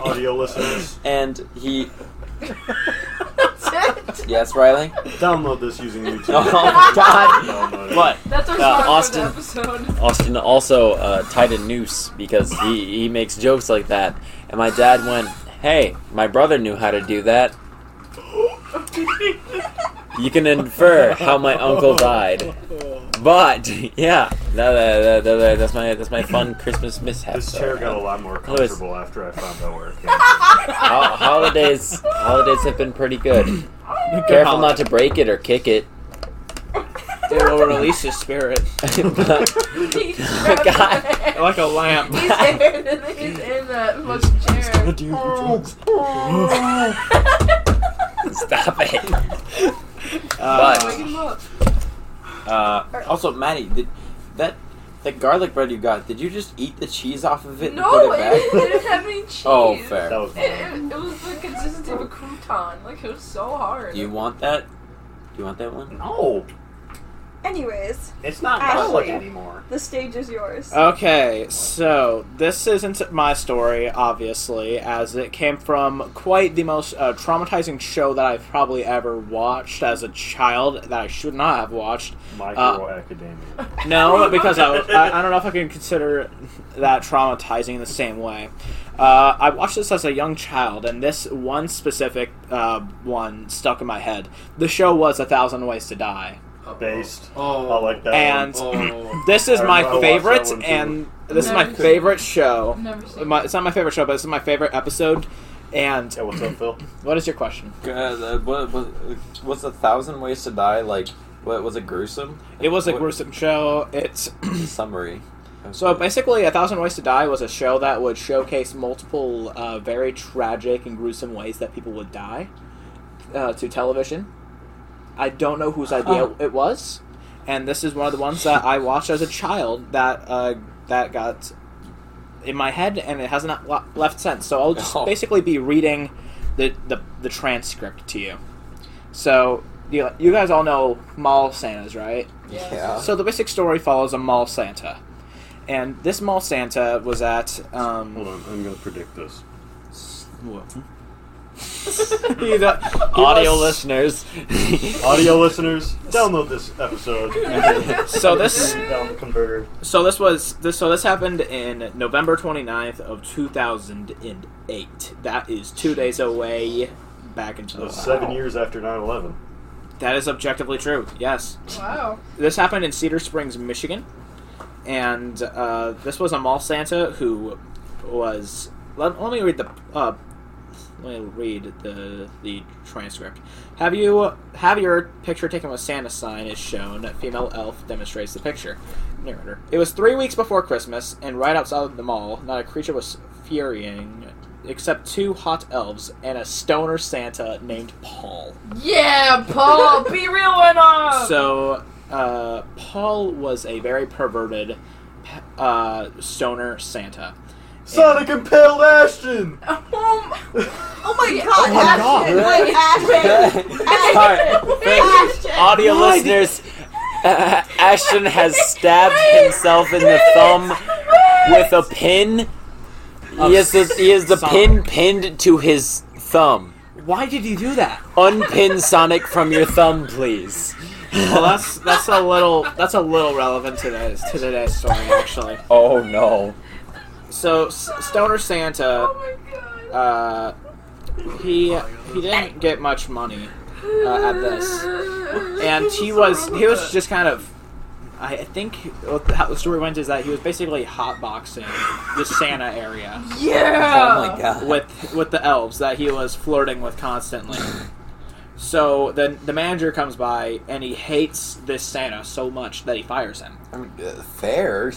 S4: Audio listeners,
S8: and he
S3: That's it.
S8: yes, Riley.
S4: download this using YouTube.
S8: Oh God!
S4: Download it.
S8: But
S3: That's our
S8: Uh,
S3: sponsor
S8: Austin.
S3: for the episode.
S5: Austin also uh, tied a noose because he, he makes jokes like that. And my dad went, Hey, my brother knew how to do that. You can infer how my uncle died. But, yeah, that, that, that, that- that's, my, that's my fun Christmas mishap.
S4: This chair got a lot more
S5: Lewis.
S4: comfortable after I found out where it came from.
S5: Ho- holidays, holidays have been pretty good. Careful not to break it or kick it.
S1: It will release his spirit
S5: But-
S3: He's trapped in
S5: God.
S3: there.
S1: like a lamp.
S3: He's in, he's in that fucking chair. Oh.
S5: Stop it.
S8: But
S3: Wake him up.
S8: uh, also, Maddie, did, that that garlic bread you got, did you just eat the cheese off of it and
S3: No,
S8: put
S3: it,
S8: it back?
S3: it didn't have any cheese.
S8: Oh,
S4: That
S8: fair.
S4: was
S3: It, it, it was the consistency of a crouton. Like it was so hard.
S8: Do you want that? Do you want that one?
S4: no.
S2: Anyways,
S4: It's not
S2: Ashley.
S4: garlic anymore.
S2: the stage is yours.
S4: Uh,
S1: Okay, so this isn't my story, obviously, as it came from quite the most uh, traumatizing show that I've probably ever watched as a child that I should not have watched.
S4: Micro academia.
S1: No, because I, I, I don't know if I can consider that traumatizing in the same way. Uh, I watched this as a young child, and this one specific uh, one stuck in my head. The show was A Thousand Ways to Die.
S4: Based.
S8: Uh,
S6: Oh,
S4: I like that.
S1: And-
S4: one.
S6: Oh,
S1: This is
S4: I
S1: my
S4: remember I watched
S1: favorite,
S4: that one too.
S1: and this is my
S3: Nice.
S1: favorite show.
S3: I've never seen
S1: My,
S3: it.
S1: it's not my favorite show, but it's my favorite episode. And
S4: Yeah, what's up, Phil?
S1: what is your question?
S8: God, uh, what, was, was a thousand ways to die like? What was it gruesome?
S1: It was a
S8: What-
S1: gruesome show. It's
S8: summary.
S1: so basically, A Thousand Ways to Die was a show that would showcase multiple uh, very tragic and gruesome ways that people would die uh, to television. I don't know whose idea
S8: Huh.
S1: it was, and this is one of the ones that I watched as a child that uh, that got in my head, and it has not le- left since. So I'll just
S8: Oh.
S1: basically be reading the, the the transcript to you. So you, you guys all know mall Santas, right?
S8: yeah.
S1: So the basic story follows a mall Santa. and this mall Santa was at. Um,
S4: Hold on, I'm gonna predict this.
S1: He's a- he
S5: Audio
S1: was-
S5: listeners.
S4: Audio listeners, download this episode.
S1: So this
S4: down the converter.
S1: so this was this so this happened in November 29th of 2008. That is 2 days away back into
S4: That
S1: the
S4: was
S1: wild.
S4: seven years after 9/11.
S1: That is objectively true. Yes.
S3: Wow.
S1: This happened in Cedar Springs, Michigan. And uh, this was a mall Santa who was let, let me read the uh, let me read the the transcript. Have you have your picture taken with Santa sign is shown. Female elf demonstrates the picture. Narrator. It was three weeks before Christmas, and right outside the mall, not a creature was ferrying except two hot elves and a stoner Santa named Paul.
S3: Yeah, Paul, be real one
S1: Oh.
S3: off.
S1: So, uh, Paul was a very perverted uh, stoner Santa.
S4: Sonic impaled Ashton.
S3: oh, my-
S2: Oh my god, Ashton!
S5: God.
S2: Wait, Ashton!
S5: Sorry.
S2: Ashton!
S5: Audio listeners, uh, Ashton has stabbed himself in the thumb with a pin. He is the, he is the pin
S1: Sonic.
S5: pinned to his thumb.
S1: Why did you do that?
S5: Unpin Sonic from your thumb, please.
S1: Well, that's that's a little that's a little relevant to today's to today's story actually.
S5: Oh no.
S1: So, S- stoner Santa,
S3: oh my god.
S1: uh, he he didn't get much money uh, at this. and he was he was just kind of I I think what the- how the story went is that he was basically hotboxing the Santa area
S3: yeah.
S5: Oh my god.
S1: with with the elves that he was flirting with constantly. So then the manager comes by and he hates this Santa so much that he fires him.
S5: Fair.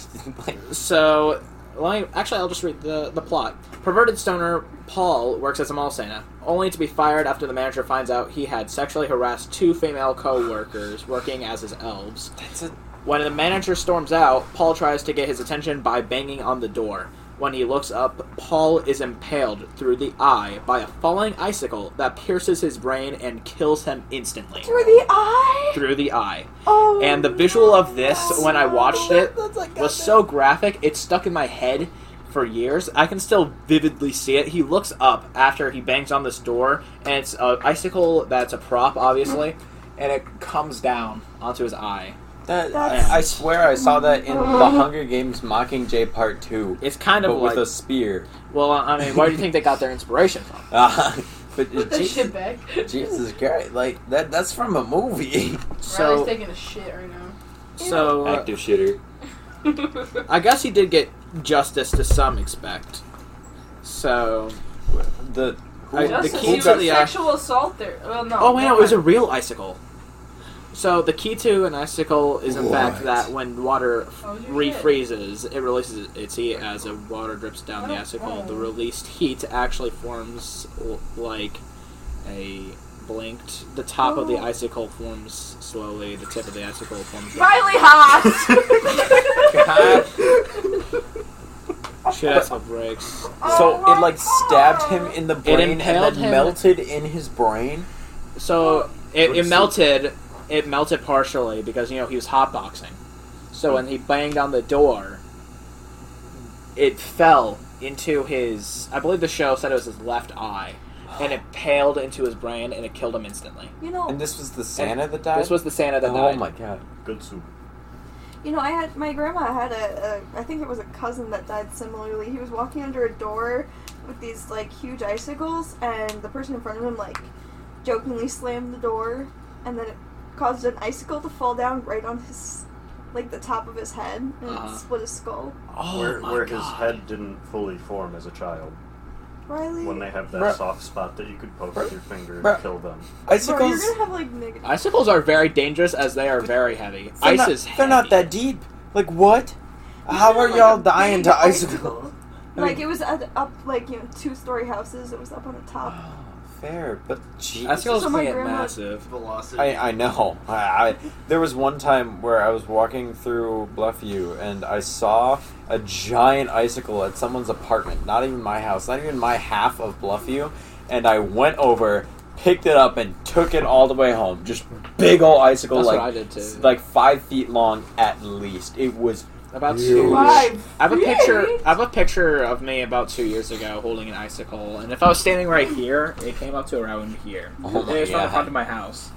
S1: So, let me, actually, I'll just read the, the plot. Perverted stoner Paul works as a mall Santa, only to be fired after the manager finds out he had sexually harassed two female co workers working as his elves.
S5: That's a-
S1: When the manager storms out, Paul tries to get his attention by banging on the door. When he looks up, Paul is impaled through the eye by a falling icicle that pierces his brain and kills him instantly.
S2: Through the eye?
S1: Through the eye.
S2: Oh.
S1: And the visual of this, when I watched it,
S2: That's like
S1: was so graphic it stuck in my head for years i can still vividly see it he looks up after he bangs on this door and it's a icicle that's a prop obviously and it comes down onto his eye
S5: That,
S2: That's-
S5: I, I swear I saw that in The Hunger Games Mockingjay Part 2,
S1: it's kind of
S5: but
S1: like
S5: with a spear.
S1: well i mean where do you think they got their inspiration from
S5: Uh, but
S3: Put that
S5: Jesus,
S3: shit back.
S5: Jesus Christ, like, that, that's from a movie.
S3: Riley's
S1: so
S3: taking a shit right now.
S1: so uh,
S5: Active shitter.
S1: i guess he did get justice to some expect so
S5: The who,
S1: I-
S3: Justice,
S1: the
S3: he
S1: key
S3: was
S1: to the uh,
S3: sexual assault there. Well, no.
S1: Oh wait, no,
S3: never
S1: it was a
S3: mind.
S1: real icicle. So the key to an icicle is in fact
S5: What?
S1: that when water f-
S3: Oh, you're good.
S1: refreezes, it releases its heat as the water drips down the
S3: Oh,
S1: icicle.
S3: oh.
S1: The released heat actually forms l- like a blinked. The top of the
S3: Oh.
S1: icicle forms slowly. The tip of the icicle forms.
S3: Riley Haas.
S1: Shit, that's what breaks.
S5: so
S1: Oh
S5: it like stabbed him in the brain and
S1: impaled
S5: then
S1: him.
S5: melted in his brain.
S1: So it,
S4: What
S1: it
S4: is
S1: melted. It melted partially because you know he was hotboxing. So when he banged on the door, it fell into his. I believe the show said it was his left eye, and it paled into his brain and it killed him instantly.
S2: You know,
S5: And this was the Santa that died.
S1: This was the Santa that
S5: oh
S1: died.
S5: my god.
S4: Good soup.
S2: You know, I had my grandma had a, a I think it was a cousin that died similarly. He was walking under a door with these like huge icicles, and the person in front of him like jokingly slammed the door, and then it caused an icicle to fall down right on his like the top of his head and
S1: Uh-huh.
S2: it split his skull.
S1: Oh
S4: where
S1: my
S4: where his
S1: God.
S4: head didn't fully form as a child.
S2: Riley,
S4: When they have that
S5: Bruh.
S4: soft spot that you could poke with your finger and
S5: Bruh.
S4: kill them.
S2: bro, you're
S5: Icicles.
S2: gonna have like negative.
S1: Icicles are very dangerous as they are very heavy.
S5: They're
S1: Ice
S5: not,
S1: is.
S5: They're not
S1: heavy.
S5: that deep. Like what? How
S2: You're gonna
S5: are
S2: have,
S5: y'all
S2: like, a
S5: dying
S2: big
S5: to icicles? I
S2: Like
S5: mean-
S2: it was at, up like you know two story houses. It was up on the top.
S5: Fair, but jeez.
S1: Icicles
S2: So my
S1: can get
S2: grandma-
S1: massive.
S6: Velocity.
S5: I, I know. I, I there was one time where I was walking through Bluffview and I saw a giant icicle at someone's apartment. Not even my house. Not even my half of Bluffview. And I went over, picked it up, and took it all the way home. Just big old icicle,
S1: That's
S5: like
S1: what I did too.
S5: like five feet long at least. It was
S1: About
S5: Huge.
S1: two.
S3: Why?
S1: I have a
S3: Really?
S1: picture. I have a picture of me about two years ago holding an icicle, and if I was standing right here, it came up to around here.
S5: Oh my
S1: it was from the
S5: God.
S1: front of my house.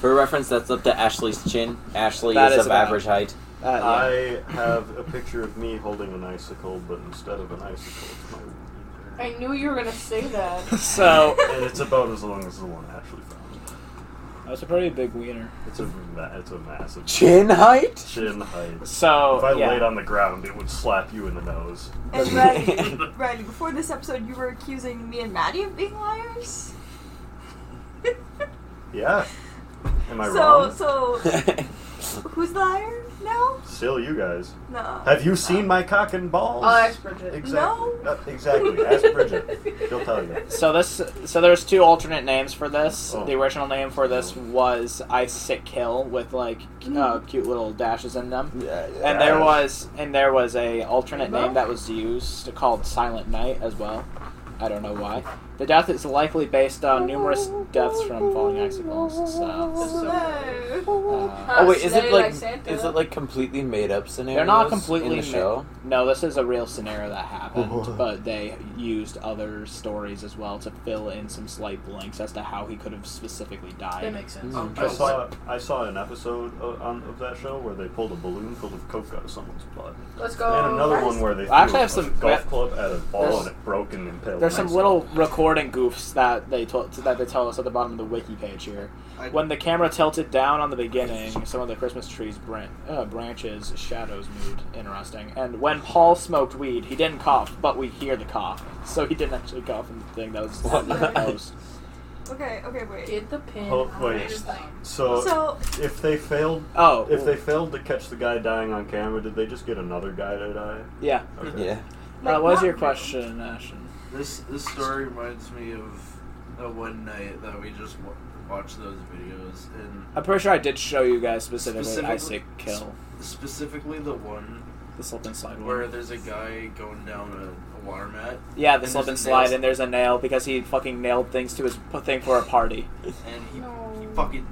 S5: For reference, that's up to Ashley's chin. Ashley
S1: That
S5: is,
S1: is
S5: of
S1: about-
S5: average height.
S1: Uh, yeah.
S4: I have a picture of me holding an icicle, but instead of an icicle, it's my wiener.
S3: I knew you were gonna say that.
S1: so
S4: And it's about as long as the one Ashley found.
S1: that's a pretty big wiener.
S4: It's a ma- it's a massive
S5: height?
S4: chin height.
S1: So
S4: If I
S1: yeah.
S4: laid on the ground, it would slap you in the nose.
S2: And Riley, Riley, before this episode, you were accusing me and Maddie of being liars.
S4: Yeah. Am I
S2: so,
S4: wrong?
S2: so who's the liar now?
S4: Still, you guys.
S2: No.
S4: Have you seen my cock and balls?
S3: I'll ask Bridget.
S4: Exactly.
S2: Oh, No.
S4: Uh, exactly. Ask Bridget. She'll tell you.
S1: So this, so there's two alternate names for this.
S4: Oh.
S1: The original name for this was "I Sit Kill" with like uh, cute little dashes in them, and there was and there was a alternate name that was used called "Silent Night" as well. I don't know why. The death is likely based on numerous deaths from falling icicles. So
S2: No.
S1: uh,
S5: Oh wait, is
S3: Snake
S5: it like
S3: Santa.
S5: is it like completely made up scenarios?
S1: they're not completely
S5: in the
S1: ma-
S5: show.
S1: No, this is a real scenario that happened, but they used other stories as well to fill in some slight blanks as to how he could have specifically died.
S3: That makes sense.
S4: Mm, I saw I saw an episode of, on, of that show where they pulled a balloon full of coke out of someone's butt,
S3: Let's go.
S2: Oh,
S4: and another one where they threw
S1: I actually
S4: a
S1: have some-
S4: golf club at a ball
S1: there's-
S4: and it broke and impaled.
S1: There's
S4: an
S1: some
S4: icicle.
S1: little recording goofs that they t- that they tell us at the bottom of the wiki page here. When the camera tilted down on the beginning, some of the Christmas trees bran- uh, branches shadows moved. Interesting. And when Paul smoked weed, he didn't cough, but we hear the cough, so he didn't actually cough in the thing. That was
S5: What?
S1: that was-
S2: Okay, okay, wait.
S3: Did the pin.
S4: Oh, wait. So,
S2: So,
S4: if they failed,
S1: oh
S4: if they failed to catch the guy dying on camera, did they just get another guy to die?
S1: yeah.
S4: Okay.
S5: Yeah.
S1: Uh, what was your question, Ashton?
S6: This this story reminds me of a one night that we just wa- watched those videos, and
S1: I'm pretty sure I did show you guys specifically. I say
S6: Specifically-
S1: kill
S6: specifically the one
S1: the slip and slide.
S6: where
S1: One.
S6: there's a guy going down a, a water mat,
S1: Yeah, the
S6: and
S1: slip and
S6: there's a
S1: slide,
S6: nail-
S1: and there's a nail because he fucking nailed things to his p- thing for a party.
S6: and he, he
S3: No.
S6: fucking.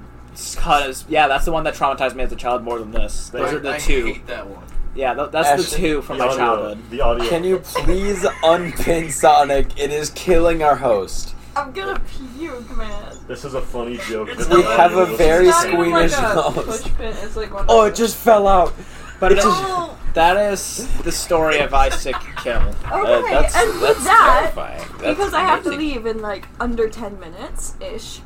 S1: Cause yeah, that's the one that traumatized me as a child more than this. Those
S6: I,
S1: are the
S6: I
S1: two.
S6: hate that one.
S1: Yeah, th- that's the
S5: Ashton,
S1: two from my
S4: audio,
S1: childhood.
S4: The audio.
S5: Can you please unpin Sonic? It is killing our host.
S2: I'm gonna puke, man.
S4: This is a funny joke.
S6: It's
S5: We
S6: not
S5: have a
S6: even-
S5: very
S3: Not even like
S5: squeamish
S3: a
S5: host.
S3: push pin. It's like one.
S5: Oh,
S3: of Oh.
S5: it just fell out.
S1: But it is,
S2: No.
S1: that is the story of Isaac Kill.
S5: Uh,
S2: Okay,
S5: that's
S2: and
S5: that's
S2: with that,
S5: terrifying. That's
S2: because I have to
S5: amazing.
S2: leave in like under 10 minutes ish,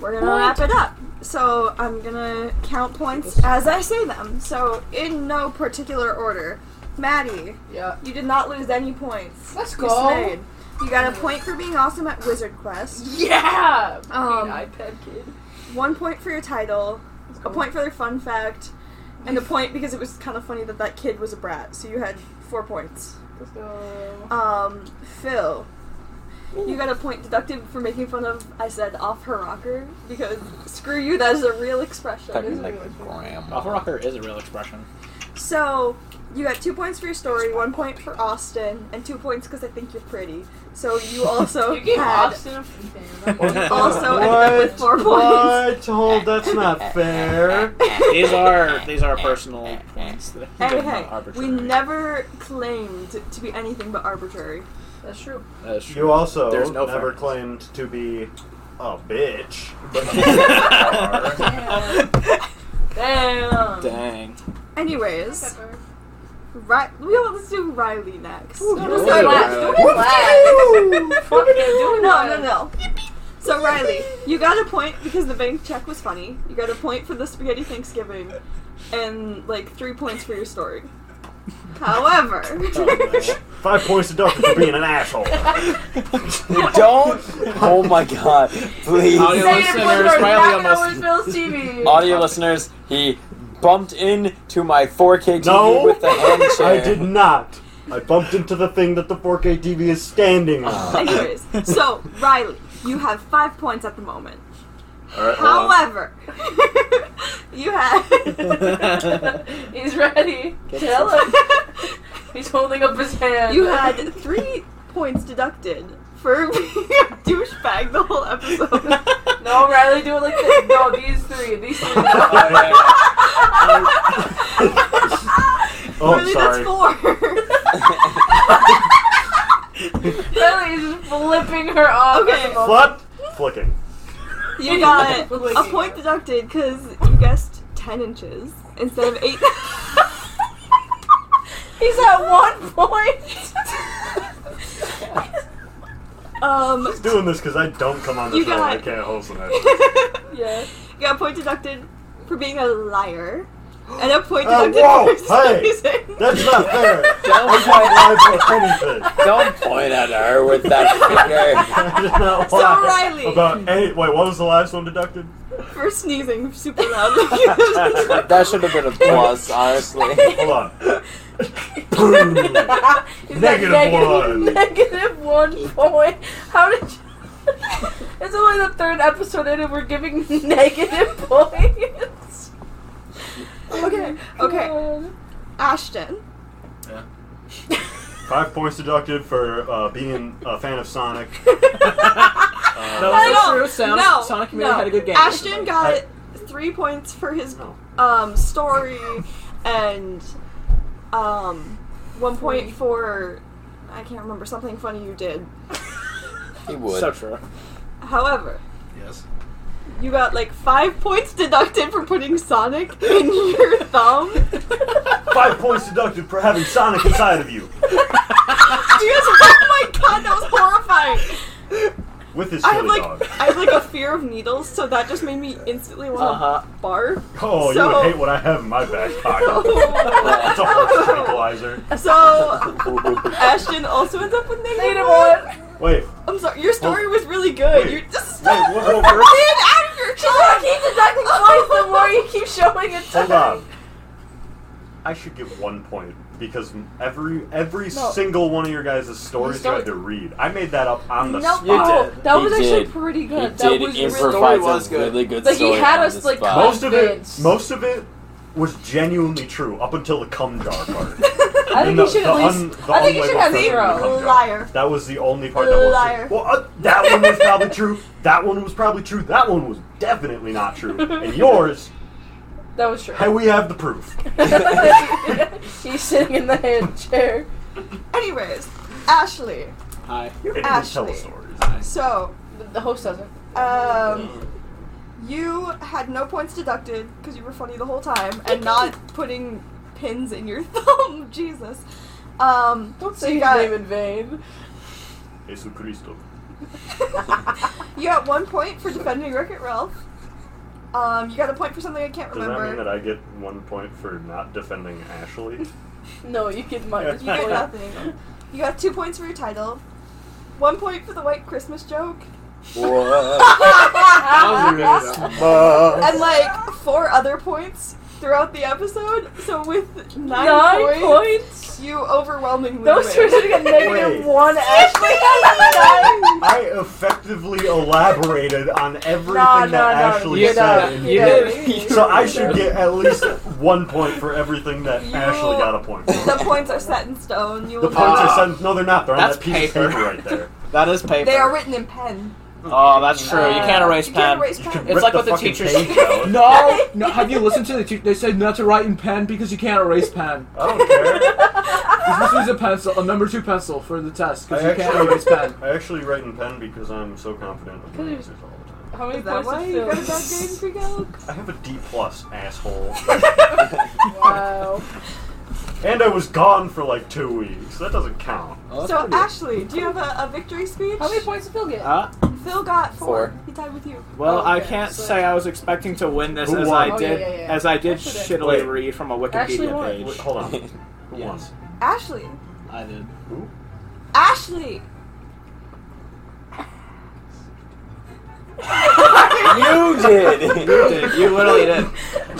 S2: we're gonna wrap it up. So I'm gonna count points as I say them. So in no particular order. Maddie,
S3: Yeah.
S2: you did not lose any points.
S3: Let's
S2: You
S3: go.
S2: slayed. You got a point for being awesome at Wizard Quest,
S3: Yeah.
S2: Um,
S3: Um, iPad kid.
S2: one point for your title, a point for their fun fact, and a point because it was kind of funny that that kid was a brat. So you had four points.
S3: Let's go.
S2: Um, Phil, you got a point deducted for making fun of I said off her rocker because screw you, that is a real
S5: Talking
S2: expression.
S5: like a grandma.
S1: Alpha Rocker is a real expression.
S2: So you got two points for your story, one point for Austin, and two points because I think you're pretty. So you also
S3: You gave
S2: had
S3: Austin a free fan.
S2: also ended up with four points.
S4: What? Hold, that's not fair.
S1: These are these are personal points. That
S2: Hey,
S1: are
S2: hey,
S1: not arbitrary.
S2: we never claimed to be anything but arbitrary.
S3: That's true.
S1: That's true.
S4: You also
S1: There's no
S4: never
S1: fairness.
S4: claimed to be a bitch.
S3: Damn. Damn.
S1: Dang.
S2: Anyways, Ri- we all let's do Riley next.
S3: No,
S2: Let's
S3: no,
S2: go
S3: no,
S2: last.
S3: no, no, no, no. Fucking do
S2: No, no,
S3: that.
S2: no. So Riley, you got a point because the bank check was funny. You got a point for the spaghetti Thanksgiving, and like three points for your story. However,
S4: Five points deducted for being an asshole.
S5: Don't. Oh my god. Please.
S1: Audio
S3: Say it
S1: listeners,
S3: with
S1: Riley almost-
S3: Riley almost TV.
S5: Audio listeners, he bumped into my 4K TV
S4: No,
S5: with the hand chair.
S4: I did not. I bumped into the thing that the 4K TV is standing on.
S2: anyways, so Riley, you have five points at the moment.
S4: Alright, hold on.
S2: However, you had
S3: He's ready. Tell him. He's holding up his hand.
S2: you had three points deducted for being a douchebag the whole episode.
S3: No, Riley, do it like this. No, these three. These three.
S4: I- Oh, I'm
S2: really,
S4: sorry.
S2: that's four.
S3: Lily's just flipping her off.
S2: Okay.
S4: Flip, flicking.
S2: You got
S3: Wait.
S2: a point deducted because you guessed 10 inches instead of 8.
S3: He's at one point.
S2: um,
S4: Doing this because I don't come on the
S2: You
S4: show. and I
S2: got-
S4: can't host an episode.
S2: you
S3: yeah.
S2: got a point deducted for being a liar, and a point
S4: Oh,
S2: deducted
S4: whoa,
S2: for
S4: hey.
S2: sneezing.
S4: That's not fair. I can't lie for anything.
S8: Don't point at her with that finger.
S4: I did not
S2: So,
S4: lie.
S2: Riley.
S4: About eight. Wait, what was the last one deducted?
S2: For sneezing super loudly.
S8: Like, that should have been a plus, honestly.
S4: Hold on. Boom.
S3: He's at
S4: Negative
S3: negative-
S4: one.
S3: negative one point. How did you? it's only the third episode in, and we're giving negative points.
S2: okay, okay. Ashton.
S4: Five points deducted for uh, being a fan of Sonic.
S1: That
S4: Uh,
S1: was
S2: No,
S1: true. Sonic,
S2: no,
S1: Sonic Community
S2: no.
S1: had a good game.
S2: Ashton got three points for his
S4: No.
S2: um, story and um, one point for I can't remember something funny you did.
S8: He would.
S7: So true.
S2: However,
S6: Yes.
S2: you got like five points deducted for putting Sonic in your thumb.
S4: Five points deducted for having Sonic inside of you
S2: You guys, oh my god, that was horrifying!
S4: with his
S2: I have
S4: silly
S2: like
S4: dog.
S2: I have like a fear of needles, so that just made me instantly want to
S1: Uh-huh.
S2: barf.
S4: Oh, you
S2: so-
S4: would hate what I have in my back pocket. It's a horse tranquilizer.
S2: So Ashton also ends up with negative
S3: Negative
S2: one.
S3: one.
S4: Wait,
S2: I'm sorry, your story was really good.
S4: Oh, Wait.
S2: You just
S4: Hey,
S2: stop.
S4: what-
S2: Get
S4: what-
S2: out of your car.
S3: Keep deducting points the more you keep showing it. to
S4: hold
S3: her.
S4: on. I should get one point because every every single one of your guys' stories
S3: No.
S4: I had to read. I made that up on the
S3: No,
S4: spot.
S1: did.
S3: that
S8: He
S3: was actually
S8: did.
S3: pretty
S8: He
S3: good. that
S8: did
S3: was
S8: improvise
S3: really
S8: a
S1: was good.
S8: really good
S3: Like, he
S8: story.
S3: had
S8: on
S3: us,
S8: the
S3: like,
S8: spot.
S4: Most of
S3: Vince.
S4: it, most of it was genuinely true up until the cum jar part.
S3: I think
S4: No,
S3: you should
S4: the
S3: at least.
S4: un- the
S3: I think you
S4: unlabeled
S3: should have
S4: version
S3: zero.
S4: of the cum jar.
S2: Liar.
S4: That was the only part that wasn't.
S2: Liar.
S4: Well, uh, that one was probably true. That one was probably true. That one was definitely not true. And yours,
S3: That was true.
S4: hey, we have the proof.
S3: He's sitting in the hand chair.
S2: Anyways, Ashley.
S1: Hi.
S4: You can
S2: Ashley.
S4: tell stories.
S2: So,
S3: The, the host doesn't.
S2: um, you had no points deducted because you were funny the whole time and not putting pins in your thumb. Jesus. Um,
S3: Don't
S2: so
S3: say
S2: you
S3: his
S2: got
S3: name in vain.
S4: Jesus Christo.
S2: you got one point for defending Ricket Ralph. Um, you got a point for something I can't
S4: Does that mean that
S2: remember.
S4: I get one point for not defending Ashley?
S3: No, you get minus
S2: You get
S3: one.
S2: nothing. You got two points for your title. One point for the white Christmas joke.
S8: What?
S2: and like four other points throughout the episode. So with nine,
S3: Nine
S2: points,
S3: points.
S2: you overwhelmingly
S3: Those two are
S2: win.
S3: sitting at
S4: Wait.
S3: negative one. Ashley has nine.
S4: I effectively elaborated on everything
S3: No,
S4: that
S3: no, no,
S4: Ashley
S3: you're
S4: said.
S3: not.
S4: in
S3: You're
S4: here.
S3: not.
S4: So I should get at least one point for everything that
S2: You-
S4: Ashley got a point for.
S2: The points are set in stone. You
S4: The
S2: will
S4: points
S2: never-
S4: are
S9: Uh,
S4: sent. No, they're not. They're on
S1: That's
S4: that piece
S1: paper.
S4: of paper right there.
S1: That is paper.
S2: They are written in pen. Uh,
S1: oh, that's true. you can't erase
S2: You
S1: pen.
S2: can't erase
S4: You can
S2: pen.
S1: It's
S4: rip
S1: like
S4: the
S1: what the
S4: fucking
S1: teachers-
S4: page out.
S9: No, no. Have you listened to the teacher? They said not to write in pen because you can't erase pen.
S4: I don't care.
S9: You're supposed to use a pencil, a number two pencil for the test because
S4: I
S9: you can't
S4: actually-
S9: erase pen.
S4: I actually write in pen because I'm so confident of my
S3: Because
S4: answers all the time.
S3: How many
S2: Is that
S3: points
S2: why
S3: did
S2: you got a
S3: Phil?
S2: bad grade for Galk?
S4: I have a D plus, asshole.
S3: Wow.
S4: and I was gone for like two weeks. That doesn't count.
S9: Oh, that's
S2: So
S9: pretty good.
S2: Ashley, do you have a, a victory speech?
S3: How many points did Phil get?
S1: Uh,
S2: Phil got four.
S8: Four.
S2: He tied with you.
S1: well,
S3: Oh,
S1: I
S3: okay,
S1: can't
S3: so-
S1: say I was expecting to win this
S4: Who
S1: as
S4: won?
S1: I
S3: Oh,
S1: did
S3: yeah, yeah, yeah.
S1: as I did
S3: Actually,
S1: shittily
S4: Wait.
S1: read from a
S3: Actually
S1: Wikipedia
S3: won.
S1: page.
S4: Wait, hold on. Who
S1: Yeah.
S4: won?
S2: Ashley,
S1: I did.
S4: Who?
S2: Ashley,
S8: you did.
S1: Dude, you literally did.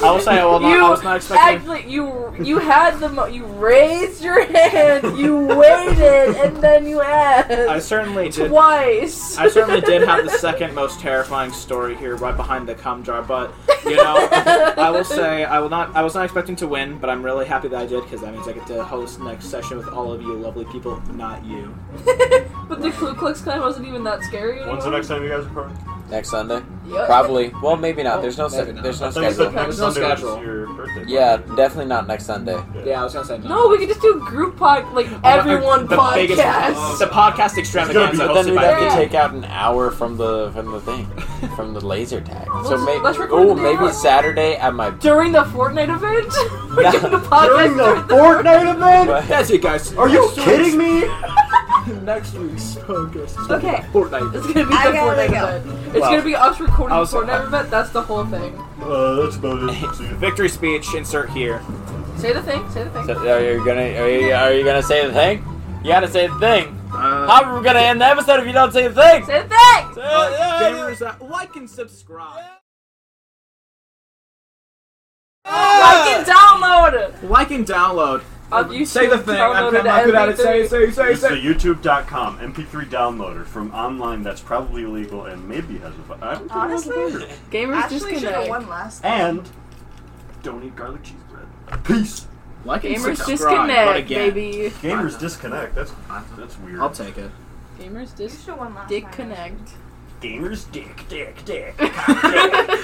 S1: I will say I will not.
S3: you
S1: I was not expecting.
S3: actually you you had the mo- you raised your hand, you waited, and then you asked
S1: I certainly did.
S3: twice.
S1: I certainly did have the second most terrifying story here, right behind the cum jar. But you know, I will say I will not. I was not expecting to win, but I'm really happy that I did because that means I get to host next session with all of you lovely people, not you.
S3: But the Ku Klux Klan wasn't even that scary.
S4: When's the
S3: anymore.
S4: next time you guys are partying?
S8: next Sunday.
S3: Yep.
S8: Probably. Well, maybe not. There's no.
S9: Maybe
S8: se-
S9: not.
S8: There's no
S4: I think you
S8: schedule.
S4: said next
S9: There's no
S4: Sunday was
S9: schedule.
S4: your birthday.
S8: Yeah, definitely not next Sunday.
S9: Yeah, I was gonna say no.
S3: No, we could just do group pod, like everyone
S1: the biggest-
S3: podcast.
S1: The podcast
S4: It's
S1: extravaganza
S4: gonna be
S8: But then
S1: hosted
S8: we'd
S1: by
S8: have to
S3: Yeah.
S8: take out an hour from the from the thing, from the laser tag. So
S3: Let's-
S8: maybe
S3: let's record
S8: oh
S3: the
S8: maybe
S3: hour.
S8: Saturday at my.
S3: During the Fortnite event, we're doing the podcast.
S4: During the
S3: during
S4: Fortnite event?
S9: That's it, guys.
S4: Are you kidding me?
S9: Next week's focus. is
S3: Okay.
S9: Fortnite.
S3: It's gonna be
S2: I
S3: the
S2: gotta
S3: Fortnite
S2: go.
S3: event. It's gonna be us recording
S1: I
S3: the
S1: was-
S3: Fortnite event. That's the whole thing.
S4: Uh, that's about it. See you.
S1: victory speech. Insert here.
S3: Say the thing. Say the thing.
S8: So, are you gonna are you, are you gonna say the thing? You gotta say the thing. How are we gonna end the episode if you don't say the thing?
S3: Say the thing.
S8: Say the thing.
S1: like and subscribe.
S3: Like and download.
S1: Like and download.
S3: On YouTube,
S1: say the thing. I'm
S3: download it
S1: not good at it.
S3: MP3.
S1: Say, it, say, it, say, it,
S4: It's the
S1: say. it.
S4: YouTube.com MP3 downloader from online that's probably illegal and maybe has a. vi- I don't think
S2: Honestly,
S4: it has a virus.
S3: Gamers
S2: Ashley should have
S3: disconnect.
S2: won last.
S4: And don't eat garlic cheese bread. Peace.
S1: Like and
S3: Gamers
S1: subscribe. but
S3: disconnect,
S1: again,
S3: baby.
S4: Gamers disconnect. That's that's weird.
S1: I'll take it.
S3: Gamers
S2: You should have won last. time.
S3: disconnect.
S4: Gamers dick dick dick.